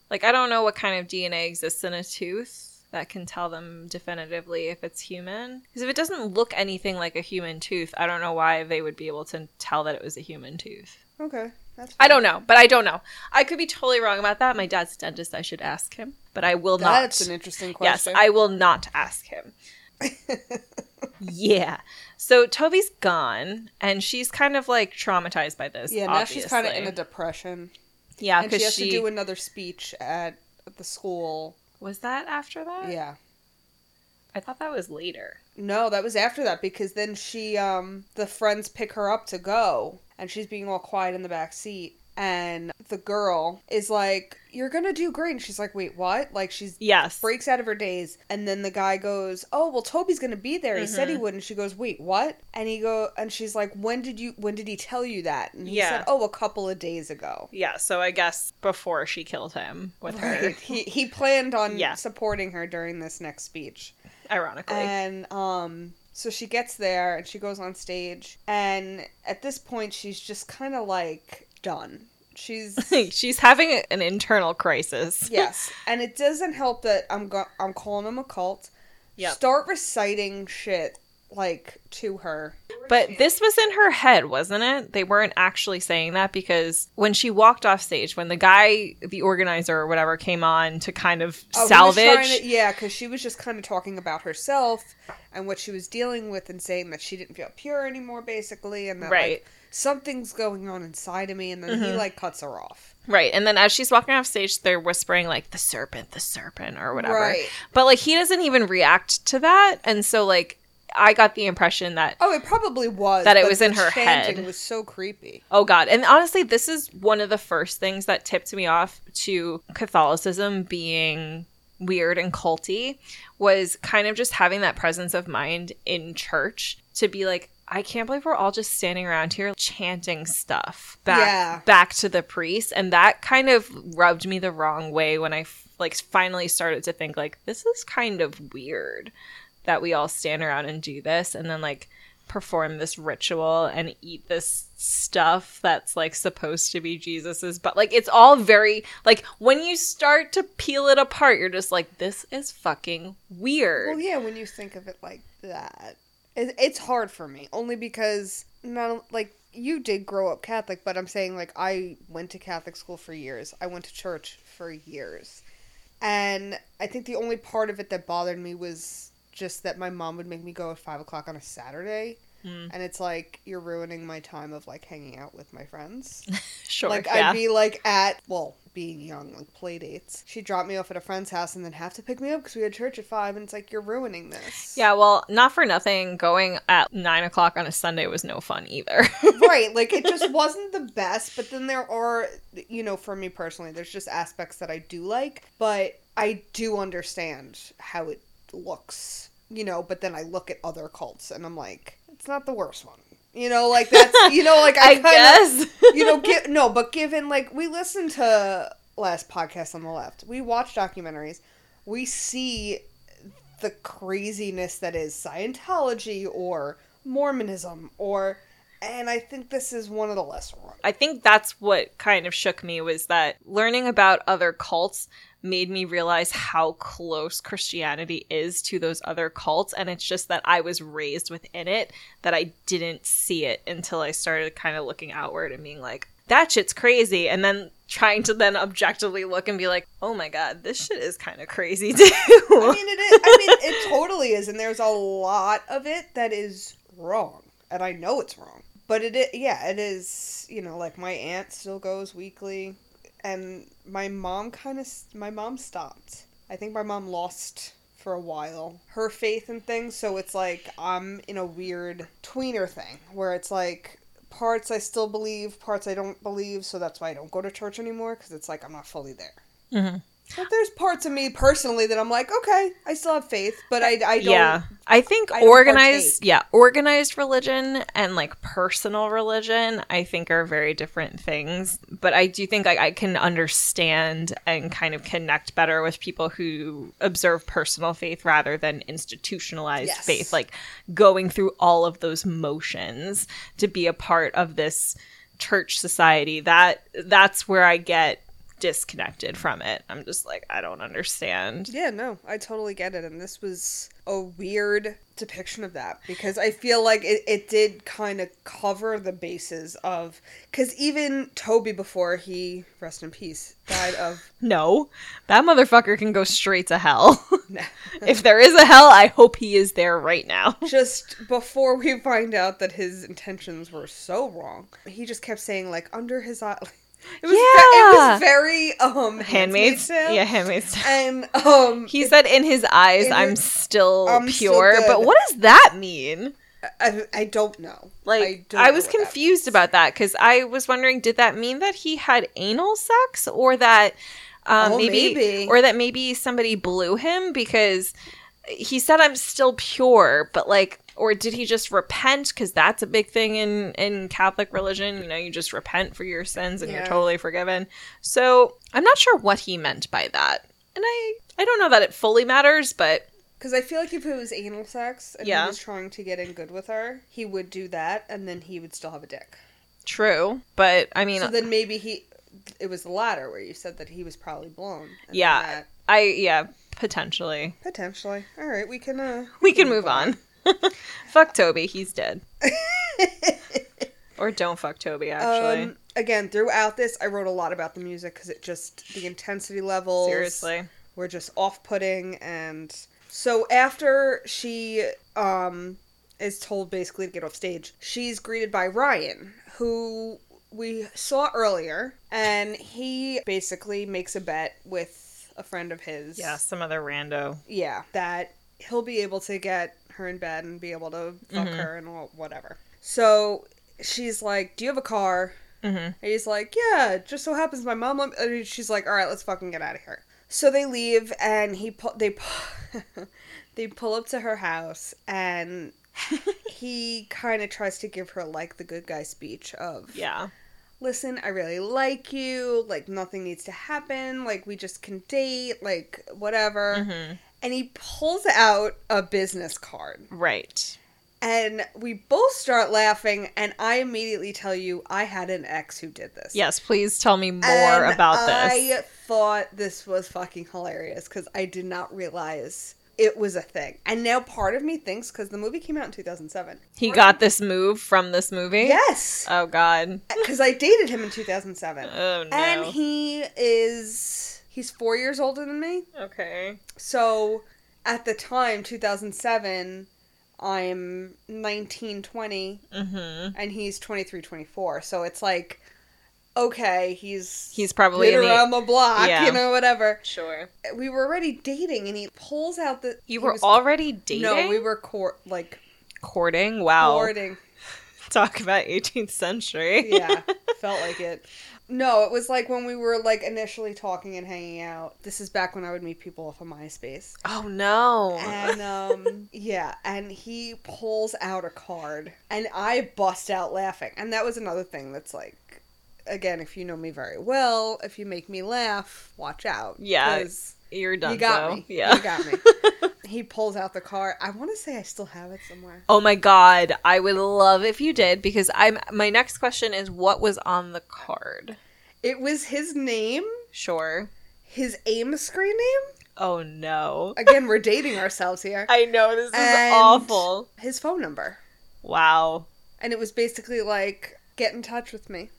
Like, I don't know what kind of DNA exists in a tooth that can tell them definitively if it's human. Because if it doesn't look anything like a human tooth, I don't know why they would be able to tell that it was a human tooth.
Okay, that's.
I don't know, but I don't know. I could be totally wrong about that. My dad's a dentist. I should ask him, but I will not.
That's an interesting
Yes,
question.
I will not ask him. yeah. So Toby's gone, and she's kind of like traumatized by this.
Yeah, now she's kind of in a
obviously.
depression.
yeah
and she
because
has
she,
to do another speech at the school.
was that after that.
Yeah.
I thought that was later.
No, that was after that because then she um the friends pick her up to go and she's being all quiet in the back seat and the girl is like you're going to do great and she's like wait what? Like she's
Yes.
breaks out of her daze and then the guy goes, "Oh, well Toby's going to be there. He said
Mm-hmm.
he would." And she goes, "Wait, what?" And he go and she's like, "When did you when did he tell you that?" And he
Yeah.
said, "Oh, a couple of days ago."
Yeah. So I guess before she killed him with her,
Right. he he planned on
Yeah.
supporting her during this next speech.
ironically.
And um so she gets there and she goes on stage and at this point she's just kind of like done. She's
she's having an internal crisis.
yes, and it doesn't help that I'm go- I'm calling him a cult.
Yep.
Start reciting shit like to her.
But this was in her head, wasn't it? They weren't actually saying that because when she walked off stage, when the guy, the organizer or whatever, came on to kind of
Oh, he was
salvage.
trying to- yeah, because she was just kind of talking about herself and what she was dealing with and saying that she didn't feel pure anymore, basically, and that like,
Right. Mm-hmm.
something's going on inside of me. And then he like cuts her off.
Right. And then as she's walking off stage, they're whispering, like, the serpent, the serpent, or whatever.
Right.
But, like, he doesn't even react to that. And so, like, I got the impression that,
Oh, it probably was
That it
but
was
the
in her
chanting
head.
Was so creepy.
oh, God. And honestly, this is one of the first things that tipped me off to Catholicism being weird and culty was kind of just having that presence of mind in church to be like I can't believe we're all just standing around here chanting stuff back
Yeah.
back to the priest and that kind of rubbed me the wrong way when I f- like finally started to think like this is kind of weird that we all stand around and do this and then like perform this ritual and eat this stuff that's like supposed to be Jesus's but like it's all very like when you start to peel it apart you're just like this is fucking weird.
Well, yeah, when you think of it like that, it, it's hard for me only because not like you did grow up Catholic, but I'm saying like I went to Catholic school for years. I went to church for years, and I think the only part of it that bothered me was just that my mom would make me go at five o'clock on a Saturday.
Hmm.
And it's like you're ruining my time of like hanging out with my friends.
Sure.
Like
yeah.
I'd be like at well, being young, like play dates. She dropped me off at a friend's house and then have to pick me up because we had church at five, and it's like you're ruining this.
yeah, well, not for nothing. Going at nine o'clock on a Sunday was no fun either.
right. Like it just wasn't the best. But then there are, you know, for me personally, there's just aspects that I do like, but I do understand how it looks, you know. But then I look at other cults and I'm like, it's not the worst one. You know, like that's you know, like I,
I,
kinda,
guess.
you know, give, no, but given like we listened to last podcast on the left, we watch documentaries, we see the craziness that is Scientology or Mormonism or, and I think this is one of the lesser ones.
I think that's what kind of shook me was that learning about other cults made me realize how close Christianity is to those other cults. And it's just that I was raised within it that I didn't see it until I started kind of looking outward and being like, that shit's crazy. And then trying to then objectively look and be like, oh my God, this shit is kind of crazy too.
I mean, it is. I mean, it totally is, and there's a lot of it that is wrong, and I know it's wrong. But it, i- yeah, it is. You know, like my aunt still goes weekly, and my mom kind of, my mom stopped. I think my mom lost for a while her faith in things, so it's like I'm in a weird tweener thing where it's like parts I still believe, parts I don't believe, so that's why I don't go to church anymore because it's like I'm not fully there. But there's parts of me personally that I'm like, okay, I still have faith, but I, I don't.
yeah i think
I don't
organized
partake.
yeah organized religion and like personal religion i think are very different things but i do think like, i can understand and kind of connect better with people who observe personal faith rather than institutionalized
Yes.
faith like going through all of those motions to be a part of this church society that that's where i get disconnected from it i'm just like i don't understand
Yeah, no, I totally get it. And this was a weird depiction of that because I feel like it, it did kind of cover the bases of. Because even Toby, before he, rest in peace, died of.
No, that motherfucker can go straight to hell. if there is a hell, I hope he is there right now.
just before we find out that his intentions were so wrong, he just kept saying, like, under his eye. It was,
Yeah.
ve- it was very um
Handmaids,
Tale.
yeah, handmaids. Tale.
and um
He said, "In his eyes,
In
I'm
his-
still
I'm still
pure."
good.
but what does that mean?
I, I don't know.
Like,
don't
I,
know
was
what that
confused about that because I was wondering, did that mean that he had anal sex, or that um,
Oh,
maybe,
maybe.
or that maybe somebody blew him because he said, "I'm still pure," but like. Or did he just repent? Because that's a big thing in, in Catholic religion. You know, you just repent for your sins and you're
Yeah.
totally forgiven. So I'm not sure what he meant by that. And I, I don't know that it fully matters, but
Because I feel like if it was anal sex and
Yeah.
he was trying to get in good with her, he would do that, and then he would still have a dick.
true. But I mean,
so then maybe he, it was the latter where you said that he was probably blown. and
Yeah.
that-
I, yeah, potentially.
potentially. All right, we can. uh
we can move on. fuck Toby, he's dead. or don't fuck Toby, actually.
Um, again, throughout this, I wrote a lot about the music because it just the intensity levels.
Seriously.
were just off-putting and so after she um is told basically to get off stage she's greeted by ryan who we saw earlier and he basically makes a bet with a friend of his
Yeah, some other rando.
yeah that he'll be able to get her in bed and be able to fuck her and wha- whatever so she's like do you have a car
Mhm.
and he's like yeah it just so happens my mom let me-" and she's like all right let's fucking get out of here So they leave, and he pu- they pu- they pull up to her house, and he kind of tries to give her like the good guy speech of
Yeah.
listen, I really like you. Like, nothing needs to happen. Like, we just can date. Like, whatever.
Mm-hmm.
And he pulls out a business card.
Right.
And we both start laughing. And I immediately tell you, I had an ex who did this.
Yes, please tell me more
And
about this.
I thought this was fucking hilarious because I did not realize it was a thing. And now part of me thinks, because the movie came out in 2007.
He got this move from this movie?
Yes.
Oh, God.
Because I dated him in 2007.
Oh, no.
And he is he's four years older than me.
okay.
So at the time, 2007, I'm 19, 20,
Mm-hmm.
and he's 23, 24. So it's like, okay, he's
He's probably in
bitter
the.
on the block,
Yeah.
you know, whatever.
Sure.
We were already dating, and he pulls out the. he
You were
was-
already dating?
No, we were court like
courting. Wow.
courting.
Talk about 18th century.
yeah, felt like it. No, it was like when we were like initially talking and hanging out. This is back when I would meet people off of MySpace.
oh, no.
And um yeah, and he pulls out a card and I bust out laughing. And that was another thing that's like again, if you know me very well, if you make me laugh, watch out.
Yeah,
'cause
You're done.
You got me.
Yeah.
You got me. he pulls out the card. I want to say I still have it somewhere.
Oh my god, I would love if you did because I'm my next question is what was on the card?
It was his name,
Sure.
his AIM screen name.
Oh no.
Again, we're dating ourselves here.
I know this is
And-
awful.
His phone number.
Wow.
And it was basically like, get in touch with me.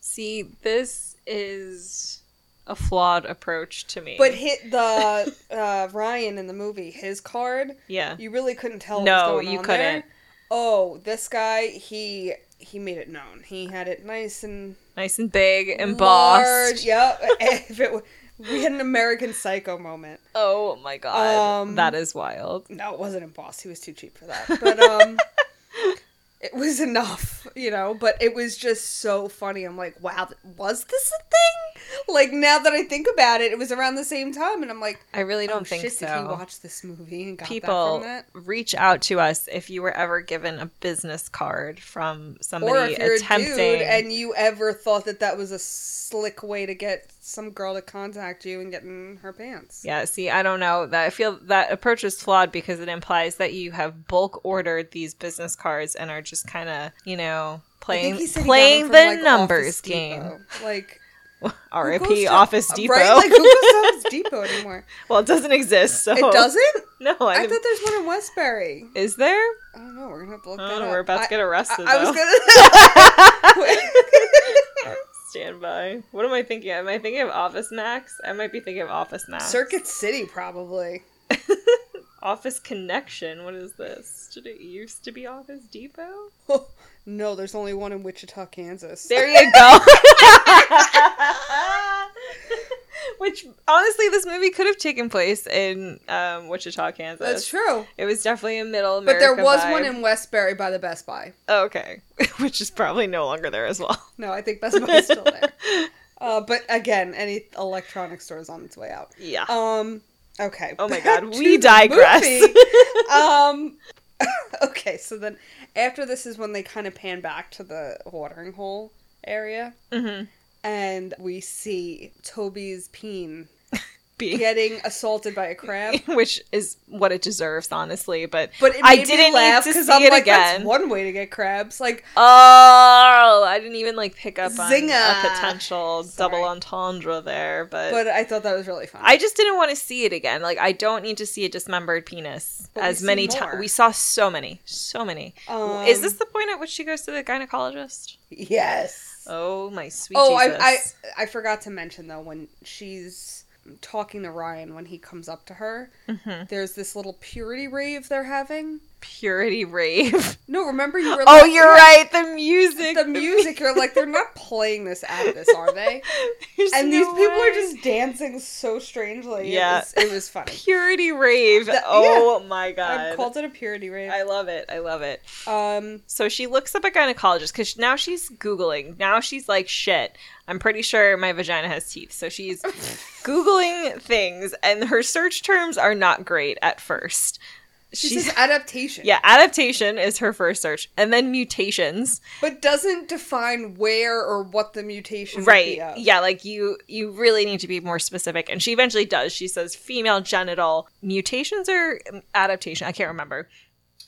See, this is a flawed approach to me.
But hit the uh, Ryan in the movie, his card.
yeah.
You really couldn't tell.
No,
what was going
you
on there.
couldn't.
Oh, this guy, he he made it known. He had it nice and
Nice and big embossed.
large. Yep. if it wa- we had an American Psycho moment.
Oh my god.
Um,
that is wild.
No, it wasn't embossed. He was too cheap for that. But um, it was enough, you know. But it was just so funny. I'm like, wow, th- was this a thing? Like now that I think about it, it was around the same time, and I'm like,
I really don't
oh,
think
shit,
so.
Did he watch this movie and got that
people
from that?
reach out to us if you were ever given a business card from somebody
Or if you're
attempting
a dude and you ever thought that that was a slick way to get some girl to contact you and get in her pants.
yeah see i don't know that i feel that approach is flawed because it implies that you have bulk ordered these business cards and are just kind of you know
I think
playing
he said he got
playing
them
the
from, like,
numbers
Office
game
Depot. Like who
rip
goes to- uh,
office depot
Right? Like who goes to Office Depot anymore?
well it doesn't exist so
It doesn't.
no
I
Oh. I,
thought there's one in Westbury.
is there
I don't know. We're gonna have to look
i
that
don't know
up.
Oh, we're about
I,
to get arrested
I, I
though
was gonna.
stand by what am i thinking am i thinking of office max i might be thinking of office max
Circuit City, probably.
office connection what is this did it used to be office depot
no, there's only one in Wichita, Kansas.
There you go. Which honestly, this movie could have taken place in um, Wichita, Kansas.
That's true.
It was definitely a middle
But
America.
there was
vibe.
one in Westbury by the Best Buy.
Oh, okay, which is probably no longer there as well.
No, I think Best Buy is still there. Uh, but again, any electronic store is on its way out.
Yeah.
Um, okay.
Oh my
back
God,
to
we
the
digress.
movie. um, okay, so then after this is when they kind of pan back to the watering hole area,
mm-hmm.
and we see Toby's peen
B,
getting assaulted by a crab.
which is what it deserves, honestly. But
But it made
I didn't
me laugh
need to
because
see
I'm
it
like,
again.
that's one way to get crabs. Like,
oh, I didn't even like pick up on
Zinga.
a potential double
Sorry.
entendre there, but.
but I thought that was really fun.
I just didn't want to see it again. Like I don't need to see a dismembered penis
But
as
we've
many
seen
times.
more.
We saw so many, so many.
Um,
Is this the point at which she goes to the gynecologist?
yes?
Oh my sweet
Oh,
Jesus!
I, I I forgot to mention though when she's talking to Ryan when he comes up to her,
Mhm.
there's this little purity rave they're having,
purity rave.
No, remember you were
Oh,
like,
you're right. The music.
The music, you're like, they're not playing this at this, are they?
There's
And
no
these people
way.
are just dancing so strangely.
Yeah.
It was, it was funny.
purity rave.
That-
oh my
I
god.
called it a purity rave.
I love it. I love it.
um,
So she looks up a gynecologist because now she's Googling. Now she's like, shit, I'm pretty sure my vagina has teeth. So she's Googling things, and her search terms are not great at first.
she
She's,
says adaptation.
yeah, adaptation is her first search, and then mutations.
But doesn't define where or what the uh, mutation
Right.
Would be of.
Yeah, like you you really need to be more specific. And she eventually does. She says female genital mutations or um, adaptation. I can't remember.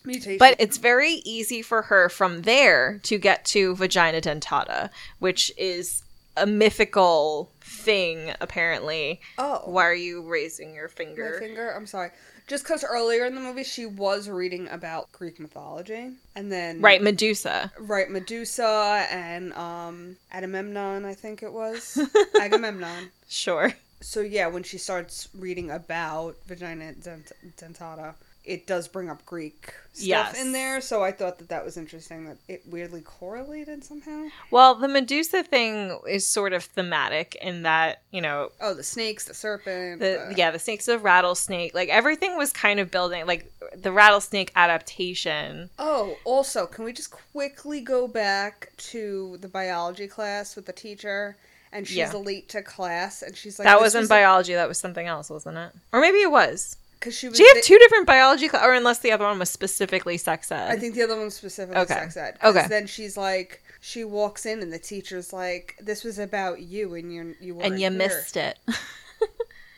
Mutation.
But it's very easy for her from there to get to vagina dentata, which is a mythical thing, apparently.
oh.
Why are you raising your
My
finger?
finger. I'm sorry. Just because earlier in the movie she was reading about Greek mythology, and then
Right, Medusa.
right Medusa and um Agamemnon, I think it was Agamemnon.
Sure.
So yeah, when she starts reading about vagina dent- dentata, it does bring up Greek stuff
Yes.
in there. So I thought that that was interesting that it weirdly correlated somehow.
Well, the Medusa thing is sort of thematic in that, you know,
Oh, the snakes, the serpent.
the
uh,
yeah the snakes the rattlesnake like everything was kind of building like the rattlesnake adaptation
Oh, also, can we just quickly go back to the biology class with the teacher? And she's
Yeah.
late to class, and she's like,
that wasn't biology that was something else wasn't it or maybe it was
because she was."
do you have
the-
two different biology cla- or unless the other one was specifically sex ed
I think the other one's specifically
Okay.
sex ed. 'cause
Okay.
Then she's like, she walks in, and the teacher's like, "This was about you, and you you were
and you missed it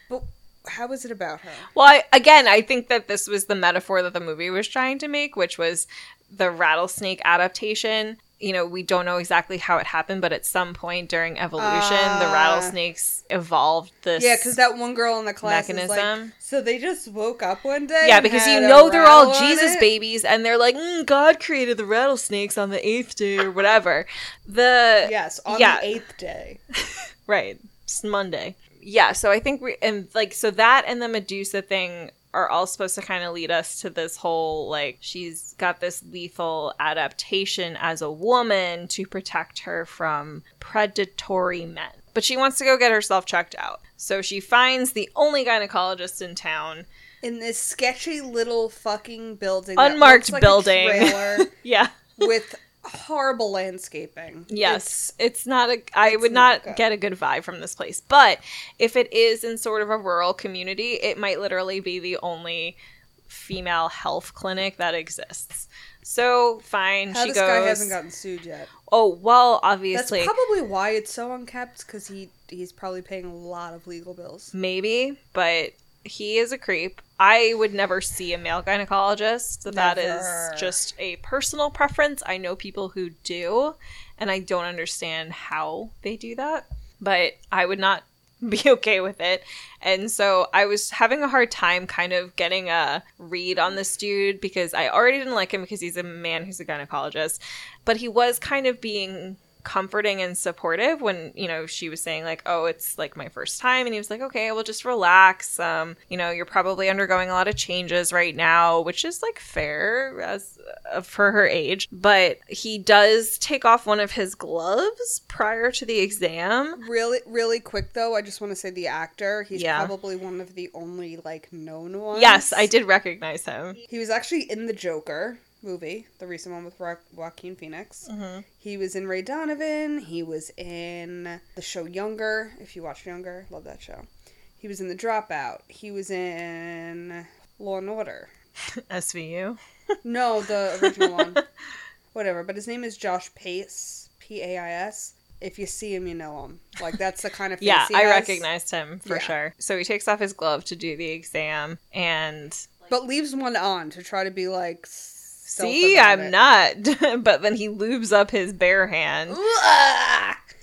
But how was it about her?
well I, again i think that this was the metaphor that the movie was trying to make which was the rattlesnake adaptation you know we don't know exactly how it happened but at some point during evolution the
Ah.
rattlesnakes evolved this
Yeah, because that one girl in the class is
Mechanism.
like, so they just woke up one day.
Yeah,
and
because you
had a
know they're all
rattle on
Jesus
it?
babies, and they're like, mm, God created the rattlesnakes on the eighth day or whatever. The
Yes, on
Yeah.
the eighth day.
right, it's Monday. Yeah, so I think we and like so that and the Medusa thing are all supposed to kind of lead us to this whole like she's got this lethal adaptation as a woman to protect her from predatory men. But she wants to go get herself checked out. So she finds the only gynecologist in town.
in this sketchy little fucking building, that
Unmarked
looks like a
building.
trailer
Yeah.
with horrible landscaping.
Yes, it's, not a. I would
not
not
good.
get a good vibe from this place. But if it is in sort of a rural community, it might literally be the only female health clinic that exists. So fine,
It's, how
she
this
goes.
guy hasn't gotten sued yet?
oh well,
That's
obviously,
probably why it's so unkept because he he's probably paying a lot of legal bills.
maybe, but he is a creep. I would never see a male gynecologist. So that
Never.
is just a personal preference. I know people who do, and I don't understand how they do that, but I would not be okay with it. And so I was having a hard time kind of getting a read on this dude because I already didn't like him because he's a man who's a gynecologist, but he was kind of being comforting and supportive when you know she was saying like oh it's like my first time and he was like okay well just relax um you know you're probably undergoing a lot of changes right now which is like fair as uh, for her age but he does take off one of his gloves prior to the exam
Really, really quick though. I just want to say the actor. He's
Yeah.
probably one of the only like known ones.
Yes, I did recognize him.
He was actually in the Joker movie, the recent one with Ro- Joaquin Phoenix.
Mm-hmm.
He was in Ray Donovan. He was in the show Younger. If you watch Younger, love that show. He was in The Dropout. He was in Law and Order.
SVU.
No, the original one. Whatever. But his name is Josh Pace. P A I S. If you see him, you know him. Like that's the kind of face
Yeah,
he
I
has.
recognized him for
Yeah.
sure. So he takes off his glove to do the exam and
But leaves one on to try to be like.
see, I'm not. but then he lubes up his bare hand. Uh,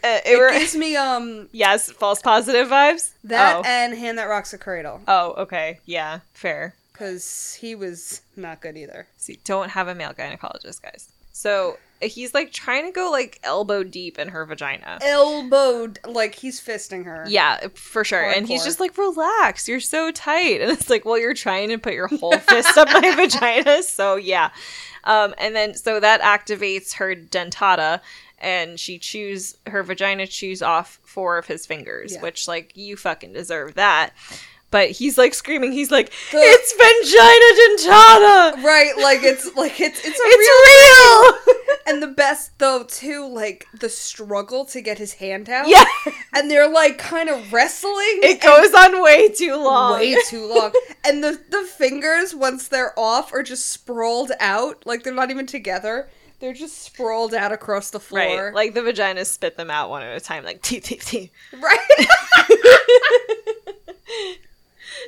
it
It
were-
gives me um
yes, false positive vibes.
That
oh.
and Hand That Rocks a Cradle.
oh, okay. Yeah, fair.
Because he was not good either.
See, don't have a male gynecologist, guys. So he's like trying to go like elbow deep in her vagina.
elbowed like he's fisting her.
Yeah, for sure. And he's
Hardcore.
just like, relax, you're so tight. And it's like, well, you're trying to put your whole fist up my vagina. So, yeah. Um, and then, so that activates her dentata, and she chews, her vagina chews off four of his fingers,
Yeah.
which, like, you fucking deserve that. But he's like screaming, he's like,
The-
it's vagina dentata!
Right, like it's like it's it's a
It's real!
real and the best though too, like the struggle to get his hand out.
yeah,
And they're like kind of wrestling.
it goes on way too long.
way too long. and the the fingers once they're off are just sprawled out, like they're not even together. They're just sprawled out across the floor.
Right, like the vagina spit them out one at a time, like tee tee tee.
right?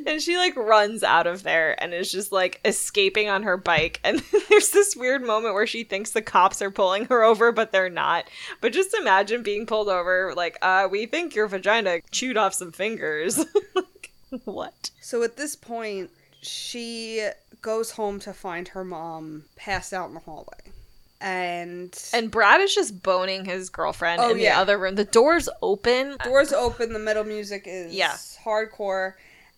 And she like runs out of there and is just like escaping on her bike. And then there's this weird moment where she thinks the cops are pulling her over, but they're not. But just imagine being pulled over, like, uh, we think your vagina chewed off some fingers. like, what?
So at this point, she goes home to find her mom passed out in the hallway. And,
And Brad is just boning his girlfriend
Oh,
in the
yeah. Uh,
other room. The door's open.
doors open, the metal music is
Uh, Yeah.
hardcore.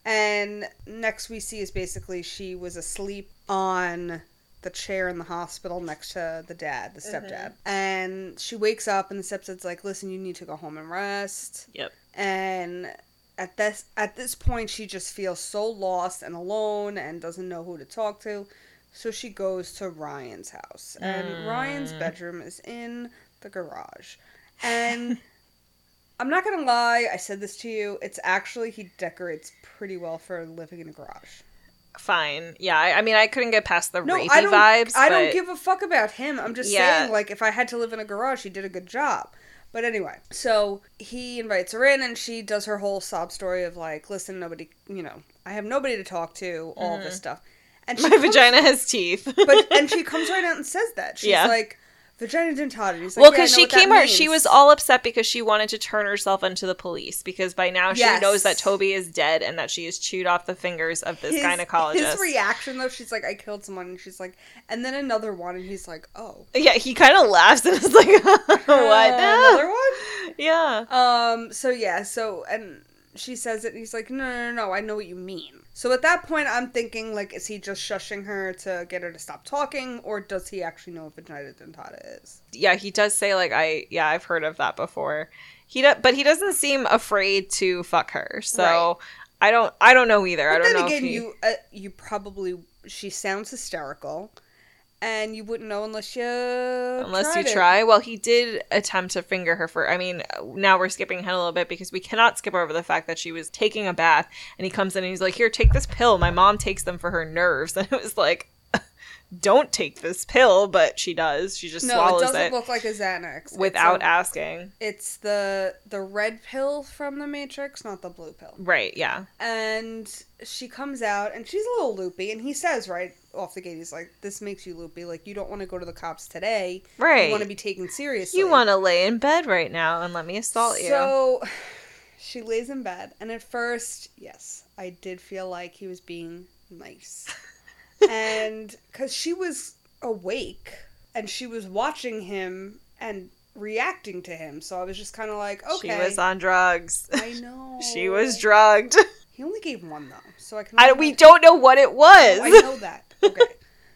And next we see is basically she was asleep on the chair in the hospital next to the dad, the stepdad.
Mm-hmm.
And she wakes up and the stepdad's like, Listen, you need to go home and rest.
Yep.
and at this at this point she just feels so lost and alone and doesn't know who to talk to so she goes to ryan's house and ryan's
Mm.
bedroom is in the garage and i'm not gonna lie i said this to you it's actually he decorates pretty well for living in a garage
Fine. Yeah. I, I mean, I couldn't get past the
no
rapey
i don't
vibes.
i don't
but-
give a fuck about him i'm just
Yeah.
saying like if i had to live in a garage he did a good job but anyway so he invites her in and she does her whole sob story of like listen nobody you know i have nobody to talk to all this stuff and she
Mm-hmm. My
comes-
vagina has teeth.
but and she comes right out and says that she's
Yeah.
like vagina dentata He's like,
well,
"Yeah, I
because
know
she
what that
came out, she
means."
was all upset because she wanted to turn herself into the police because by now she
Yes.
knows that Toby is dead and that she has chewed off the fingers of this
his,
gynecologist.
his reaction though she's like i killed someone and she's like and then another one and he's like oh
yeah, he kind of laughs and is like, "What? Ah.
uh,
now?"
another one
Yeah,
Um. So yeah. So and she says it, and he's like, "No, no, no, no. I know what you mean." So at that point, I'm thinking, like, is he just shushing her to get her to stop talking, or does he actually know what vagina dentata is?
yeah, he does say like, "I yeah, I've heard of that before." He do- but he doesn't seem afraid to fuck her, so
Right.
I don't I don't know either. I
But
don't
then
know.
again,
if he-
you uh, you probably she sounds hysterical, and you wouldn't know unless you
Unless
tried
you
it.
try. Well, he did attempt to finger her for. I mean, now we're skipping ahead a little bit because we cannot skip over the fact that she was taking a bath and he comes in and he's like, Here, take this pill. My mom takes them for her nerves. And it was like, Don't take this pill, but she does. She just
No, it
swallows
doesn't
it
look like a Xanax.
without
it's, a-
asking.
it's the the red pill from the Matrix, not the blue pill.
Right, yeah.
and she comes out and she's a little loopy and he says right off the gate he's like this makes you loopy like you don't want to go to the cops today
Right.
you want to be taken seriously
You want to lay in bed right now and let me assault you.
so she lays in bed and at first yes i did feel like he was being nice and because she was awake and she was watching him and reacting to him so i was just kind of like okay Oh.
She was on drugs.
i know
she was drugged.
he only gave one though so i can
I, we don't know what it was.
Oh, I know that. Okay.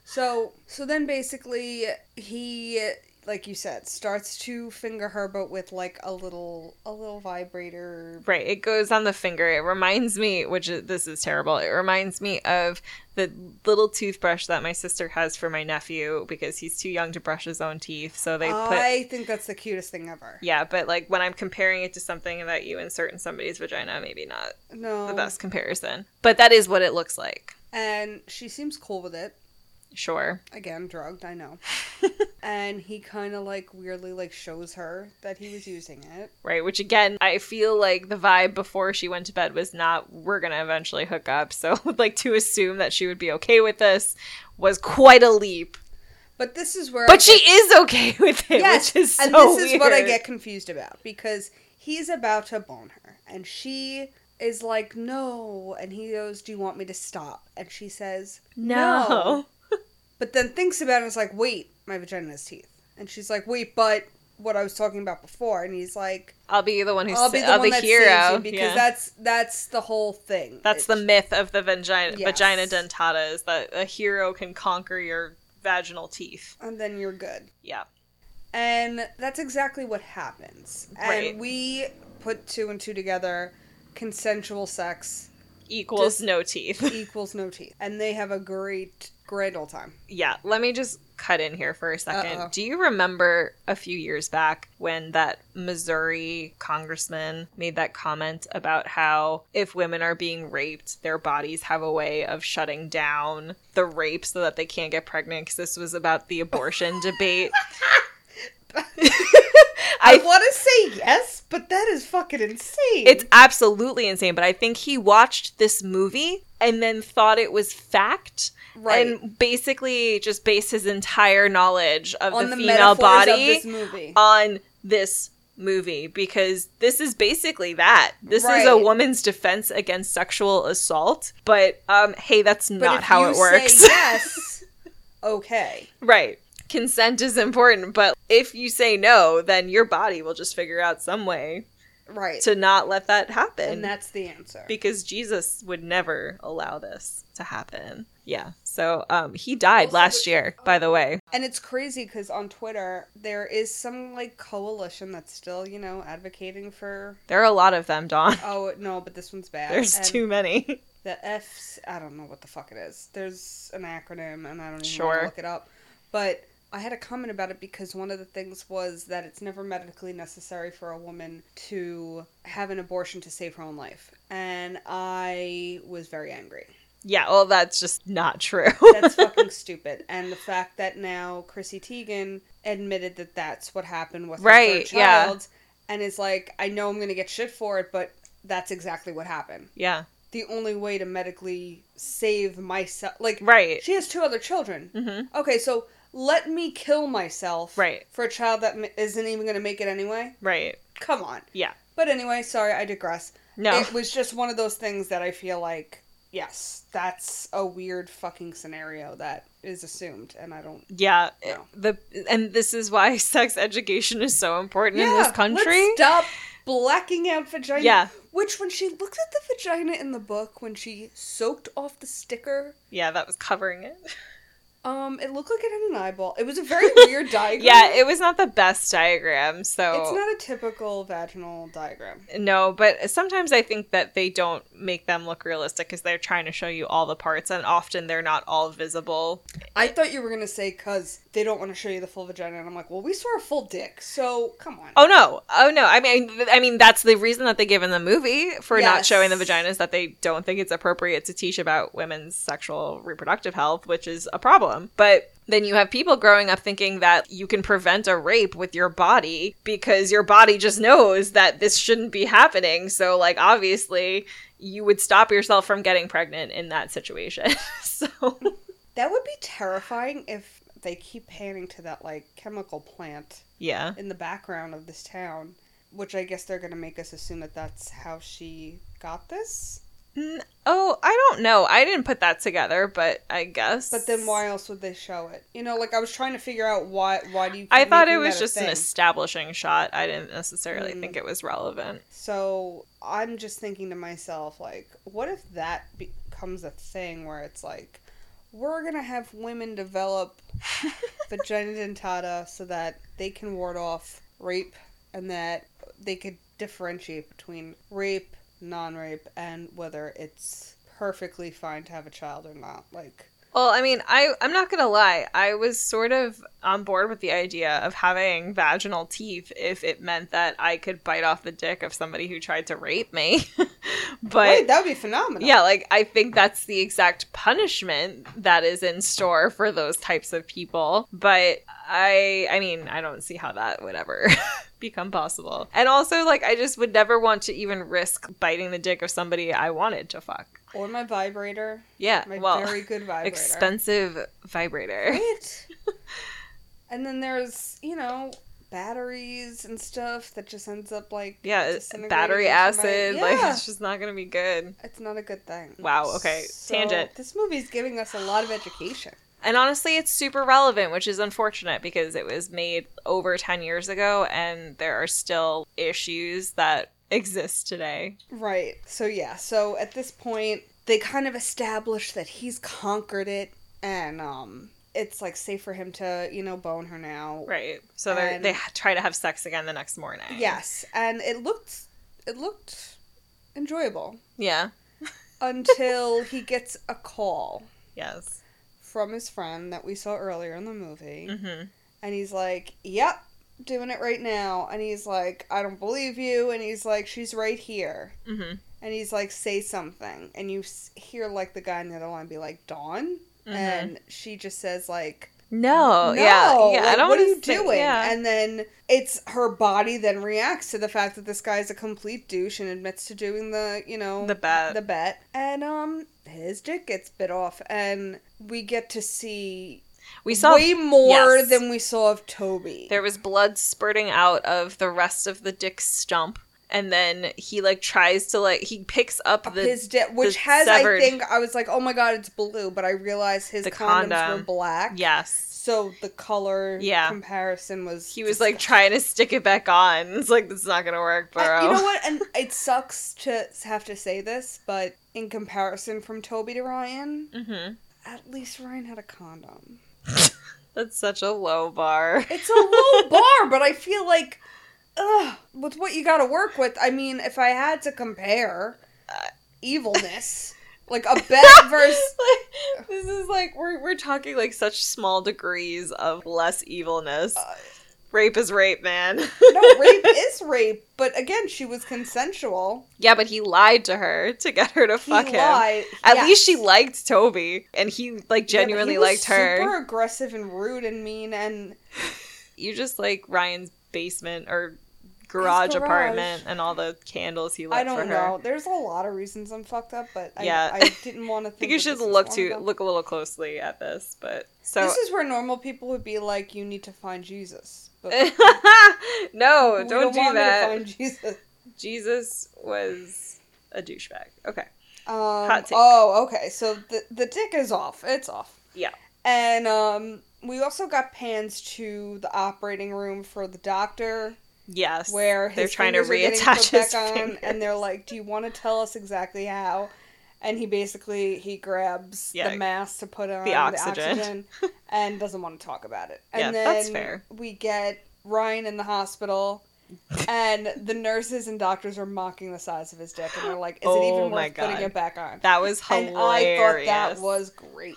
so so then basically he like you said starts to finger her but with like a little a little vibrator.
Right, it goes on the finger. It reminds me, which is, this is terrible. It reminds me of the little toothbrush that my sister has for my nephew because he's too young to brush his own teeth. So they put
I think that's the cutest thing ever.
yeah, but like when I'm comparing it to something that you insert in somebody's vagina, maybe not
No.
the best comparison. But that is what it looks like.
And she seems cool with it.
Sure.
Again, drugged, I know. and he kind of like weirdly like shows her that he was using it.
Right, which again, I feel like the vibe before she went to bed was not we're going to eventually hook up. So like to assume that she would be okay with this was quite a leap.
But this is where I
But she
get-
is okay with it, which is so
and this is what I
weird.
get confused about because he's about to bone her, and she is like, "No," and he goes, "Do you want me to stop?" And she says,
No.
but then thinks about it and is like, "Wait, my vagina has teeth." And she's like, wait, but what I was talking about before. And he's like,
I'll be the one who's
I'll be the
I'll
one
be
that saves
hero
you because
yeah.
that's that's the whole thing.
That's the
It's-
myth of the vagina,
Yes.
vagina dentata is that a hero can conquer your vaginal teeth.
and then you're good.
Yeah.
And that's exactly what happens.
Right.
And we put two and two together. Consensual sex
Equals
Just-
no teeth.
equals no teeth. And they have a great, grand old time.
yeah. Let me just cut in here for a 2nd
Uh-oh.
Do you remember a few years back when that Missouri congressman made that comment about how if women are being raped, their bodies have a way of shutting down the rape so that they can't get pregnant? Because this was about the abortion debate.
I,
I
want to say yes, but that is fucking insane.
It's absolutely insane, but I think he watched this movie and then thought it was fact
Right.
and basically just based his entire knowledge of
on
the,
the,
female
metaphors
body
of this movie.
on this movie because this is basically that. This is a
Right.
woman's defense against sexual assault, but um hey, that's
But
not
if
how
you
it works.
Say yes. Okay.
Right. Consent is important, but if you say no, then your body will just figure out some way
Right.
to not let that happen.
and that's the answer.
because Jesus would never allow this to happen. Yeah. So um he died last year,
uh,
by the way.
And it's crazy because on Twitter there is some like coalition that's still, you know, advocating for.
There are a lot of them, Dawn.
Oh no, but this one's bad.
There's
And
too many.
The F's. I don't know what the fuck it is. There's an acronym, and I don't even want
Sure.
to look it up. But I had a comment about it because one of the things was that it's never medically necessary for a woman to have an abortion to save her own life, and I was very angry.
Yeah, well that's just not true.
That's fucking stupid. And the fact that now Chrissy Teigen admitted that that's what happened with her third
Right, yeah.
child, and is like, I know I'm going to get shit for it, but that's exactly what happened.
yeah.
The only way to medically save myself, like,
Right.
she has two other children.
Mhm.
Okay, so let me kill myself,
Right.
for a child that m- isn't even going to make it anyway.
Right.
Come on.
Yeah.
But anyway, sorry, I digress.
No.
It was just one of those things that I feel like, yes, that's a weird fucking scenario that is assumed, and I don't.
yeah.
No.
The and this is why sex education is so important in this country.
let's stop blacking out vagina.
Yeah.
Which, when she looked at the vagina in the book, when she soaked off the sticker,
yeah, that was covering it.
um, it looked like it had an eyeball. It was a very weird diagram.
Yeah, it was not the best diagram, so
it's not a typical vaginal diagram.
No, but sometimes I think that they don't make them look realistic because they're trying to show you all the parts, and often they're not all visible.
I thought you were gonna say because they don't want to show you the full vagina, and I'm like, well, we saw a full dick, so come on.
Oh no! Oh no! I mean, th- I mean that's the reason that they give in the movie for not
Yes.
showing the vaginas that they don't think it's appropriate to teach about women's sexual reproductive health, which is a problem. But then you have people growing up thinking that you can prevent a rape with your body because your body just knows that this shouldn't be happening. So like obviously you would stop yourself from getting pregnant in that situation. so
That would be terrifying if they keep panning to that like chemical plant
yeah.
in the background of this town, which I guess they're gonna make us assume that that's how she got this.
N- Oh, I don't know. I didn't put that together, but I guess.
But then why else would they show it? You know, like I was trying to figure out why. Why do you? keep
I thought
making
it was
that a
just an
thing?
establishing shot. I didn't necessarily
Mm.
think it was relevant.
So I'm just thinking to myself, like, what if that becomes a thing where it's like, we're gonna have women develop vagina dentata so that they can ward off rape and that they could differentiate between rape, non-rape, and whether it's perfectly fine to have a child or not. Like,
Well, I mean, I I'm not gonna lie. I was sort of on board with the idea of having vaginal teeth if it meant that I could bite off the dick of somebody who tried to rape me. but
wait, that would be phenomenal.
yeah, like I think that's the exact punishment that is in store for those types of people. But I I mean, I don't see how that would ever become possible. And also like I just would never want to even risk biting the dick of somebody I wanted to fuck.
Or my vibrator,
Yeah.
my
well,
very good vibrator.
expensive vibrator.
Right? and then there's, you know, batteries and stuff that just ends up like
Yeah, uh,
disintegrating
battery
into my-
acid.
Yeah,
Like it's just not going to be good.
it's not a good thing.
Wow, okay, tangent.
This movie's giving us a lot of education.
And honestly, it's super relevant, which is unfortunate because it was made over 10 years ago and there are still issues that exist today.
Right. So yeah. So at this point, they kind of establish that he's conquered it, and um, it's like safe for him to you know bone her now.
Right. So they
And-
they ha- try to have sex again the next morning.
Yes, and it looked it looked enjoyable
Yeah.
until he gets a call
Yes.
from his friend that we saw earlier in the movie,
hmm
and he's like, "Yep." Doing it right now, and he's like, I don't believe you, and he's like, She's right here,
hmm
and he's like, Say something, and you s- hear like the guy on the other line be like, Dawn,
Mm-hmm.
and she just says like
No, Oh,
no,
Yeah. Yeah.
like,
I don't
what are you
wanna say-
doing
Yeah.
and then it's her body then reacts to the fact that this guy's a complete douche and admits to doing the you know
The bet.
the bet and um his dick gets bit off and we get to see
we saw
way more
yes.
than we saw of toby
There was blood spurting out of the rest of the dick's stump, and then he like tries to like he picks up the
his dick which
the
has
severed-
i think i was like oh my god it's blue but i realized his
The
condoms were
condom.
black
yes.
so the color
Yeah.
comparison was
He was like trying to stick it back on. It's like this is not gonna work, bro.
I- you know what? And it sucks to have to say this, but in comparison from Toby to Ryan,
hmm
at least Ryan had a condom.
That's such a low bar.
It's a low bar, but I feel like, ugh, with what you got to work with. I mean, if I had to compare uh, evilness, like a bet versus
this is like we're we're talking like such small degrees of less evilness.
Uh,
rape is rape, man.
no rape is rape, but again, she was consensual.
yeah, but he lied to her to get her to
He
fuck him.
lied.
At
yes.
least she liked Toby, and he like
Yeah, but he
genuinely
was
liked her.
Super aggressive and rude and mean and
you just like Ryan's basement or garage,
garage.
apartment and all the candles he lit
I don't
for her.
know. There's a lot of reasons I'm fucked up, but I,
Yeah.
I didn't want to.
I think you should look to look a little closely at this, but so
this is where normal people would be like, "You need to find Jesus." But
no,
we
Oh, don't, do
want me to
that.
find Jesus.
Jesus was a douchebag. Okay,
Um,
take.
Oh, okay. So the the dick is off. It's off.
Yeah.
And um, we also got pans to the operating room for the doctor,
yes,
where his
they're trying to
fingers are getting
reattach
put back
his
on,
finger.
and they're like, "Do you want to tell us exactly how?" And he basically he grabs
Yeah.
the mask to put on
The oxygen.
oxygen, and doesn't want to talk about it. And
Yeah,
then
that's fair.
we get Ryan in the hospital. and the nurses and doctors are mocking the size of his dick, and they're like, "Is it
Oh
even
my
worth putting
God.
it back on?"
That was
and
hilarious.
I thought that was great.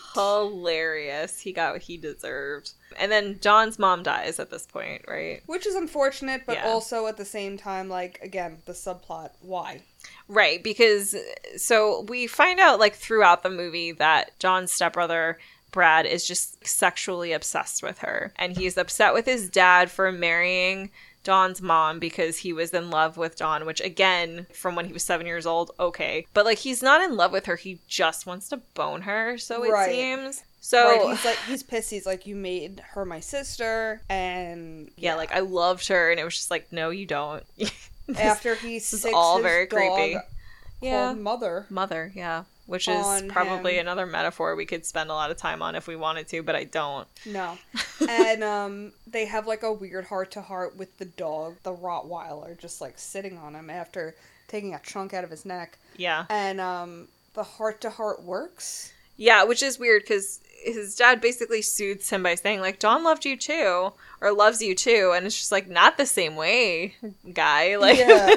hilarious. He got what he deserved, and then John's mom dies at this point, right?
Which is unfortunate, but
Yeah.
also at the same time, like again, the subplot. Why?
Right, because so we find out like throughout the movie that John's stepbrother Brad is just sexually obsessed with her and he's upset with his dad for marrying Don's mom because he was in love with Don, which again, from when he was 7 years old, okay. But like he's not in love with her, he just wants to bone her, so it
Right.
seems. So
Right, he's like he's pissed. He's like, you made her my sister, and
yeah, like I loved her and it was just like no you don't.
after he
is
sicks
all
his
very
dog
creepy.
called mother.
Mother, yeah. Which is
On
probably
him.
another metaphor we could spend a lot of time on if we wanted to, but I don't.
No, and um, they have like a weird heart to heart with the dog, the Rottweiler, just like sitting on him after taking a chunk out of his neck,
Yeah.
and um, the heart to heart works.
Yeah, which is weird because his dad basically soothes him by saying, like, Don loved you too, or loves you too. And it's just like, not the same way, guy. Like,
yeah,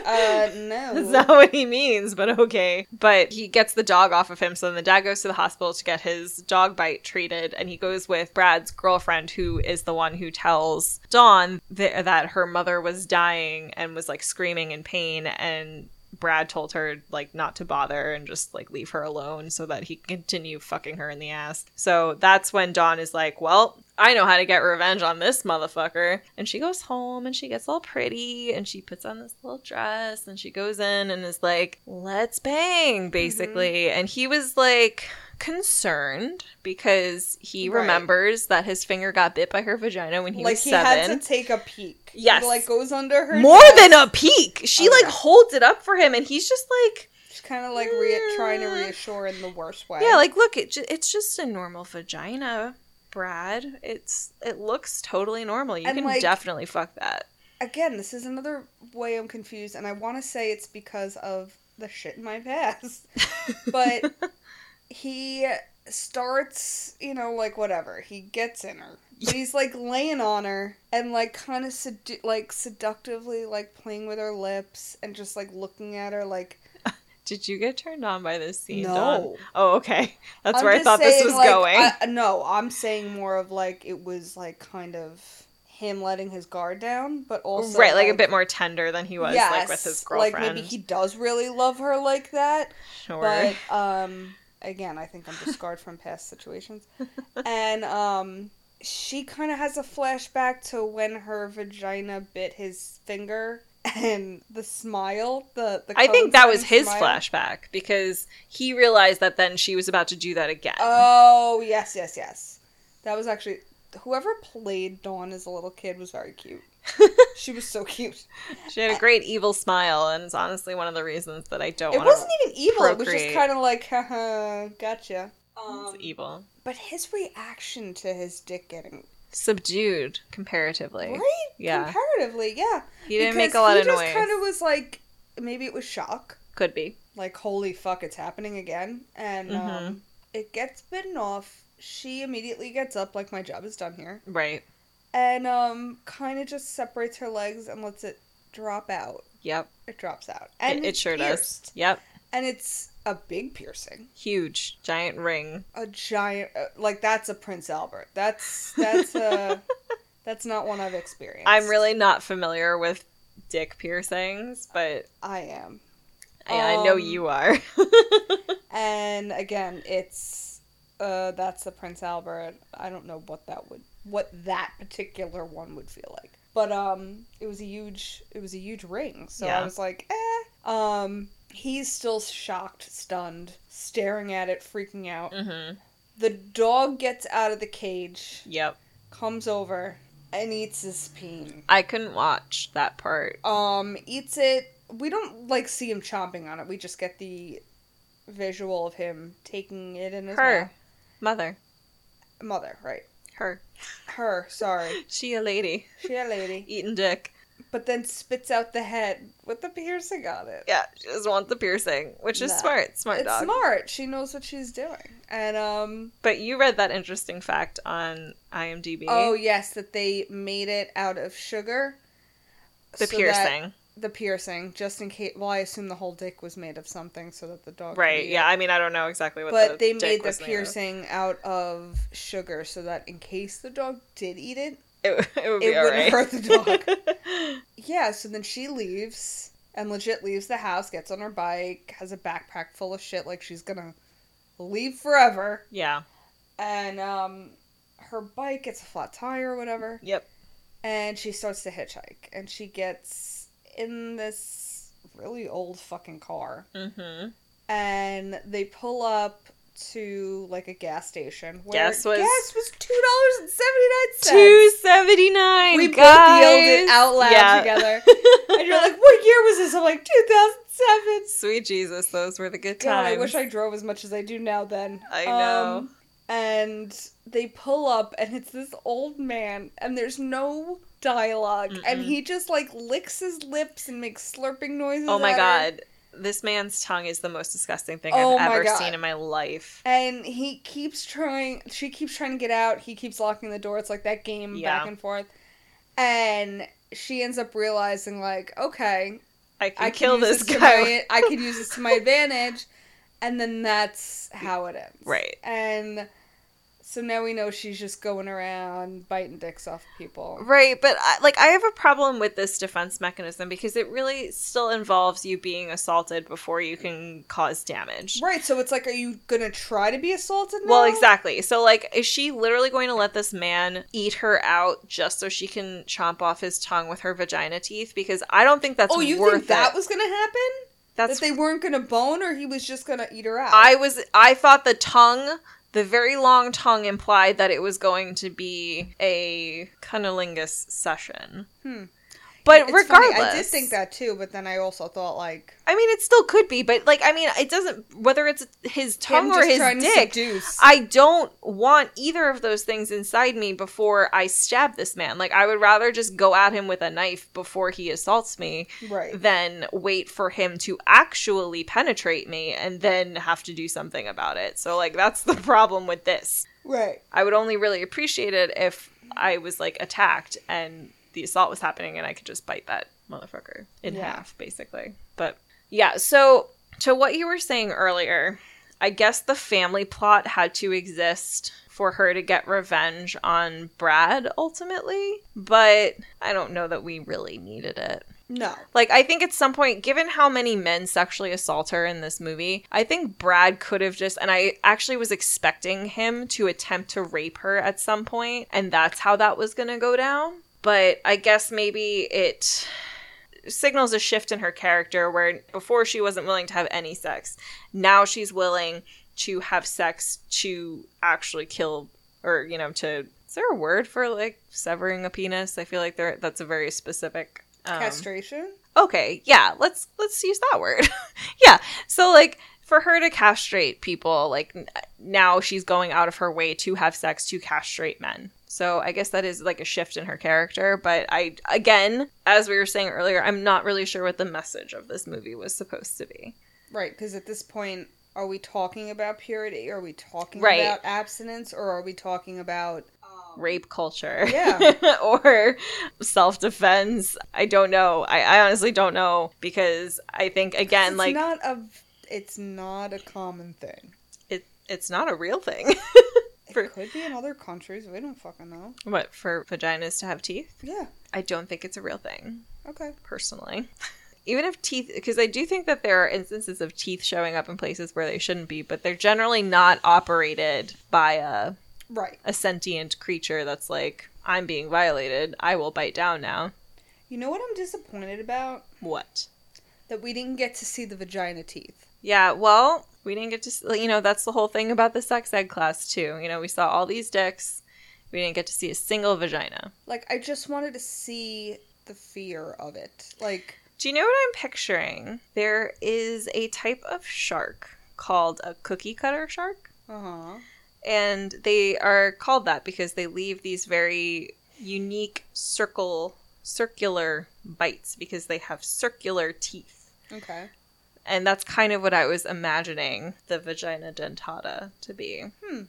uh, no,
That's not what he means, but okay. But he gets the dog off of him, so then the dad goes to the hospital to get his dog bite treated, and he goes with Brad's girlfriend, who is the one who tells Dawn th- that her mother was dying and was like screaming in pain, and Brad told her like not to bother and just like leave her alone so that he can continue fucking her in the ass. So that's when Dawn is like, well, I know how to get revenge on this motherfucker. And she goes home and she gets all pretty and she puts on this little dress and she goes in and is like, let's
Mm-hmm.
bang, basically. And he was like concerned because he
Right.
remembers that his finger got bit by her vagina when he
like
was
he
seven
had to take a peek.
Yes.
he, like goes under her
more
dress.
than a peek. She
Oh,
like
yeah.
holds it up for him, and he's just like,
She's kind of like rea- trying to
Mm.
reassure in the worst way.
yeah, like look, it ju- it's just a normal vagina. Brad. It's it looks totally normal. You
And,
can
like-
definitely fuck that.
Again, this is another way I'm confused, and I want to say it's because of the shit in my past. But he starts, you know, like whatever. He gets in her. But he's like laying on her and like kind of sedu- like seductively like playing with her lips and just like looking at her like
Did you get turned on by this scene? Dawn?
no.
Oh, okay. That's
I'm
where I
just
thought this
saying,
was
like,
going.
I- no, I'm saying more of like it was like kind of him letting his guard down, but also
right, like, a bit more tender than he was, like with his
yes,
girlfriend.
Like maybe he does really love her like that,
sure.
but um, again, I think I'm just scarred from past situations, and um, she kind of has a flashback to when her vagina bit his finger and the smile. The, the
I think that was
cone-shaped
his
smile.
flashback because he realized that then she was about to do that again.
Oh yes, yes, yes. That was actually whoever played Dawn as a little kid was very cute. she was so cute.
she had a great evil smile, and it's honestly one of the reasons that I don't.
It
wanna-
wasn't even evil. It was just
procreate.
kind of like, haha, gotcha. Um,
It's evil,
but his reaction to his dick getting
subdued comparatively.
right,
Yeah,
comparatively, yeah.
he didn't
Because
make a lot
he
of
just
noise.
Kind of was like, maybe it was shock.
Could be.
Like, holy fuck, it's happening again, and
Mm-hmm.
um, it gets bitten off. She immediately gets up, like my job is done here.
Right.
and um kind of just separates her legs and lets it drop out.
Yep.
It drops out.
It,
And
it
it's
sure
pierced.
does. Yep.
And it's a big piercing.
Huge, giant ring.
A giant uh, like that's a Prince Albert. That's that's a that's not one I've experienced.
I'm really not familiar with dick piercings, but
I am.
I, I know
Um,
you are.
And again, it's uh that's the Prince Albert. I don't know what that would what that particular one would feel like. But um it was a huge it was a huge ring. So I
Yeah.
was like, "Eh." Um he's still shocked, stunned, staring at it, freaking out.
hmm
The dog gets out of the cage,
Yep.
comes over and eats his peen.
I couldn't watch that part.
Um eats it. We don't like see him chomping on it. We just get the visual of him taking it in his mouth.
Her. Mother.
mother, right?
Her.
Her, sorry,
She a lady.
she a lady.
Eating dick.
But then spits out the head with the piercing on it.
Yeah, she just wants the piercing, which is
Nah.
smart. Smart
it's
dog.
smart. She knows what she's doing. And um,
But you read that interesting fact on IMDb.
oh yes, that they made it out of sugar.
the
so that-
piercing.
the piercing, just in case. Well, I assume the whole dick was made of something, so that the dog. could
Right.
eat it.
Yeah. I mean, I don't know exactly what
But
the
they
dick
made the
was made of.
piercing out of sugar, so that in case the dog did eat it,
It, it would be
it
all right.
wouldn't hurt the dog. Yeah, so then she leaves and legit leaves the house, gets on her bike, has a backpack full of shit like she's gonna leave forever.
yeah.
And um her bike gets a flat tire or whatever,
Yep.
and she starts to hitchhike and she gets in this really old fucking car
Mm-hmm.
and they pull up to like a gas station where
Gas was-
gas was two dollars and seventy nine cents.
Two seventy nine.
we
guys.
both yelled it out loud
Yeah.
together. And you're like, what year was this? I'm like, 2007.
Sweet Jesus, those were the good
God,
times.
I wish I drove as much as I do now then. Um,
I know.
and they pull up, and it's this old man, and there's no dialog and he just like licks his lips and makes slurping noises.
oh my
at her.
God, this man's tongue is the most disgusting thing
Oh
I've
my
ever
God.
seen in my life.
And he keeps trying, she keeps trying to get out, he keeps locking the door. It's like that game back
Yeah.
and forth. And she ends up realizing, like, okay,
I can
I can
kill
use
this
to
guy.
my- I could use this to my advantage, and then that's how it ends.
Right.
And so now we know she's just going around biting dicks off people.
Right, but I, like I have a problem with this defense mechanism because it really still involves you being assaulted before you can cause damage.
Right. So it's like, are you gonna try to be assaulted? Now?
Well, exactly. So like is she literally going to let this man eat her out just so she can chomp off his tongue with her vagina teeth because I don't think that's
Oh, you
worth
think that
it.
was gonna happen?
That's
that they weren't gonna bone, or he was just gonna eat her out?
I was I thought the tongue the very long tongue implied that it was going to be a cunnilingus session. But
Hmm. It's funny,
regardless,
I did think that too, but then I also thought like
I mean, it still could be, but like, I mean, it doesn't. Whether it's his tongue
him
or
just
his
trying
dick,
To seduce.
I don't want either of those things inside me before I stab this man. Like, I would rather just go at him with a knife before he assaults me
right.
than wait for him to actually penetrate me and then have to do something about it. So, like, that's the problem with this.
Right.
I would only really appreciate it if I was, like, attacked and the assault was happening and I could just bite that motherfucker in
Yeah.
half, basically. But yeah, so to what you were saying earlier, I guess the family plot had to exist for her to get revenge on Brad ultimately, but I don't know that we really needed it.
No.
Like, I think at some point, given how many men sexually assault her in this movie, I think Brad could have just, and I actually was expecting him to attempt to rape her at some point, and that's how that was going to go down. But I guess maybe it signals a shift in her character where before she wasn't willing to have any sex, now she's willing to have sex to actually kill or, you know, to. Is there a word for like severing a penis? I feel like there that's a very specific um,
Castration.
okay yeah let's let's use that word yeah so like for her to castrate people like n- now she's going out of her way to have sex to castrate men so i guess that is like a shift in her character but i again as we were saying earlier i'm not really sure what the message of this movie was supposed to be
Right. Because at this point, are we talking about purity? Are we talking
Right.
about abstinence? Or are we talking about um,
rape culture
Yeah.
or self-defense i don't know I, I honestly don't know because i think again
it's
like
not a. It's not a common thing.
it, it's not a real thing For-
It could be in other countries. We don't fucking know.
what for vaginas to have teeth
Yeah.
I don't think it's a real thing,
Okay.
personally. Even if teeth, because I do think that there are instances of teeth showing up in places where they shouldn't be, but they're generally not operated by a,
Right.
a sentient creature that's like, I'm being violated. I will bite down now.
You know what I'm disappointed about?
What?
That we didn't get to see the vagina teeth.
Yeah, well, we didn't get to, s- you know, that's the whole thing about the sex ed class, too. You know, we saw all these dicks, we didn't get to see a single vagina.
Like I just wanted to see the fear of it. Like
Do you know what I'm picturing? There is a type of shark called a cookie cutter shark.
uh huh.
and they are called that because they leave these very unique circle circular bites because they have circular teeth
Okay.
and that's kind of what i was imagining the vagina dentata to be
Hmm.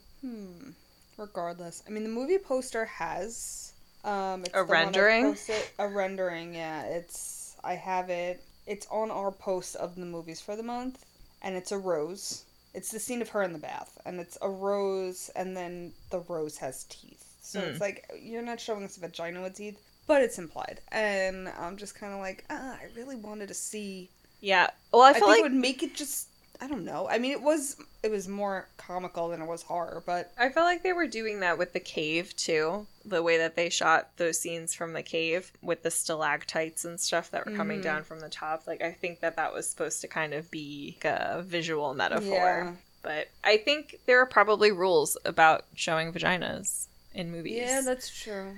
Regardless, I mean the movie poster has um it's
A
the one I
rendering?
posted- a rendering. Yeah, it's I have it. It's on our post of the movies for the month, and it's a rose. It's the scene of her in the bath, and it's a rose, and then the rose has teeth. So
Hmm.
it's like you're not showing us a vagina with teeth, but it's implied. And I'm just kind of like, ah, I really wanted to see
yeah well i
I,
feel
think
like
it would make it just I don't know. I mean, it was it was more comical than it was horror, but
I felt like they were doing that with the cave too. The way that they shot those scenes from the cave with the stalactites and stuff that were coming
Mhm.
down from the top. Like, I think that that was supposed to kind of be like a visual metaphor.
Yeah.
But I think there are probably rules about showing vaginas in movies.
that's true.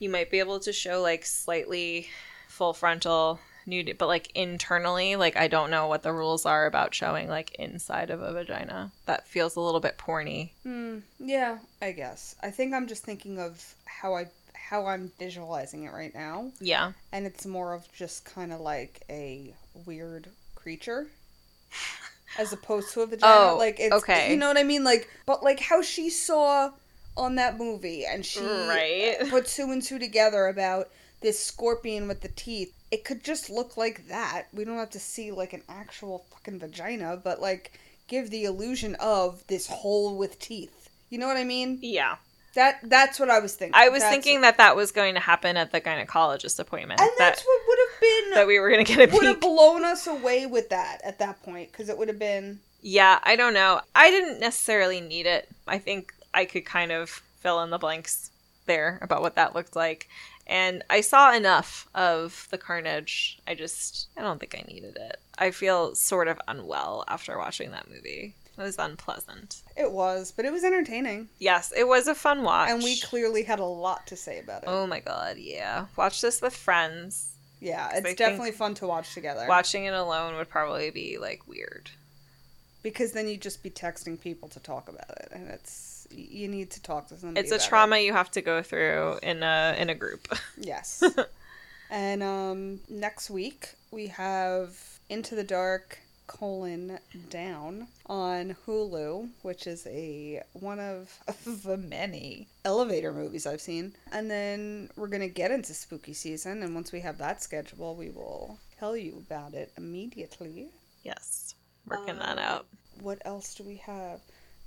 you might be able to show like slightly full frontal nude, but like internally, like I don't know what the rules are about showing like inside of a vagina. That feels a little bit porny.
Hmm. yeah, I guess. I think I'm just thinking of how I how I'm visualizing it right now,
Yeah.
and it's more of just kind of like a weird creature. As opposed to a vagina,
Oh,
like it's
okay.
you know what I mean, like but like how she saw on that movie, and she
Right.
put two and two together about this scorpion with the teeth. It could just look like that. We don't have to see like an actual fucking vagina, but like give the illusion of this hole with teeth. You know what I mean?
Yeah.
That that's what I was thinking.
I was
That's-
thinking that that was going to happen at the gynecologist appointment.
and
that,
that's what would have
that we were going to get a
been would have
peek.
blown us away with that at that point because it would have been
Yeah, I don't know. I didn't necessarily need it. I think I could kind of fill in the blanks there about what that looked like. And I saw enough of the carnage. I just, I don't think I needed it. I feel sort of unwell after watching that movie. It was unpleasant.
it was, but it was entertaining,
Yes, it was a fun watch.
and we clearly had a lot to say about it.
Oh my god, yeah. Watch this with friends.
Yeah,
I
it's
think-
definitely fun to watch together.
Watching it alone would probably be like weird.
Because then you'd just be texting people to talk about it, and it's y- you need to talk to somebody.
It's a
about it.
trauma you have to go through in a in a group.
Yes. and um, next week we have Into the Dark colon down on Hulu, which is a one of the many elevator movies I've seen. And then we're gonna get into spooky season, and once we have that schedule, we will tell you about it immediately.
yes, working that out.
What else do we have?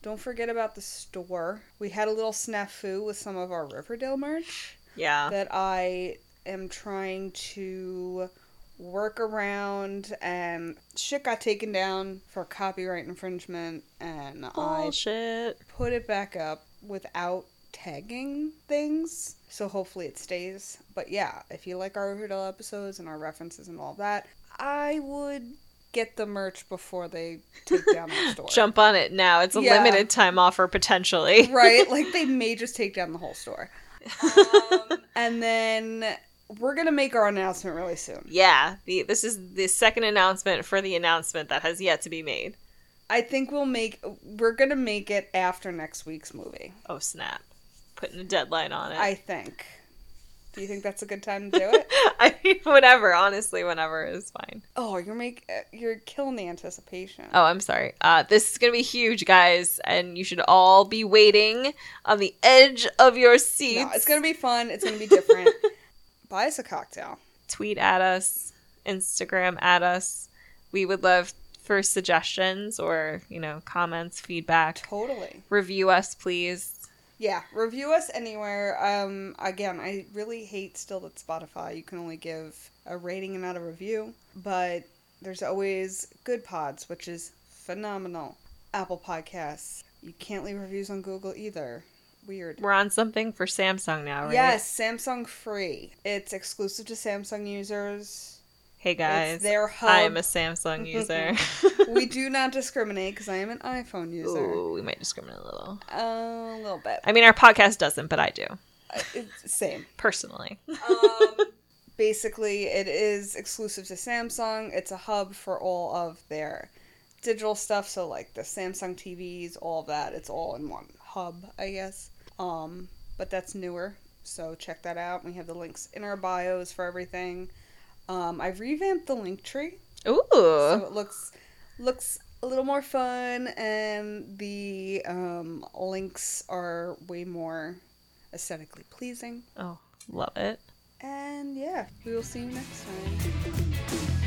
Don't forget about the store. We had a little snafu with some of our Riverdale merch
Yeah,
that I am trying to work around and shit got taken down for copyright infringement and
bullshit.
I put it back up without tagging things. So hopefully it stays. But yeah, if you like our Riverdale episodes and our references and all that, I would get the merch before they take down the store.
Jump on it now. It's a
Yeah.
limited time offer potentially.
right? Like they may just take down the whole store. Um, and then we're gonna make our announcement really soon.
Yeah, the, this is the second announcement for the announcement that has yet to be made.
I think we'll make we're gonna make it after next week's movie.
Oh snap! Putting a deadline on it.
I think. Do you think that's a good time to do it?
I mean, whatever. Honestly, whenever is fine.
oh, you're make uh, you're killing the anticipation.
Oh, I'm sorry. Uh, this is gonna be huge, guys, and you should all be waiting on the edge of your seats.
no, it's gonna be fun. It's gonna be different. Buy us a cocktail.
tweet at us, Instagram at us. We would love for suggestions or you know comments, feedback.
Totally.
Review us, please.
Yeah. Review us anywhere. Um. Again, I really hate still that Spotify. You can only give a rating and not a review. But there's always good pods, which is phenomenal. Apple Podcasts. You can't leave reviews on Google either. Weird.
We're on something for Samsung now, right?
Yes, Samsung free. It's exclusive to Samsung users.
Hey guys,
it's their hub.
I am a Samsung user.
we do not discriminate because I am an iPhone user.
Ooh, we might discriminate a little.
Uh, A little bit.
I mean, our podcast doesn't, but I do
Uh, It's same.
personally.
Basically, it is exclusive to Samsung. It's a hub for all of their digital stuff. So, like the Samsung TVs, all that. It's all in one hub, I guess. Um, but that's newer. So check that out. We have the links in our bios for everything. Um, I've revamped the link tree.
Ooh,
so it looks looks a little more fun and the um, links are way more aesthetically pleasing
oh, love it.
and yeah we will see you next time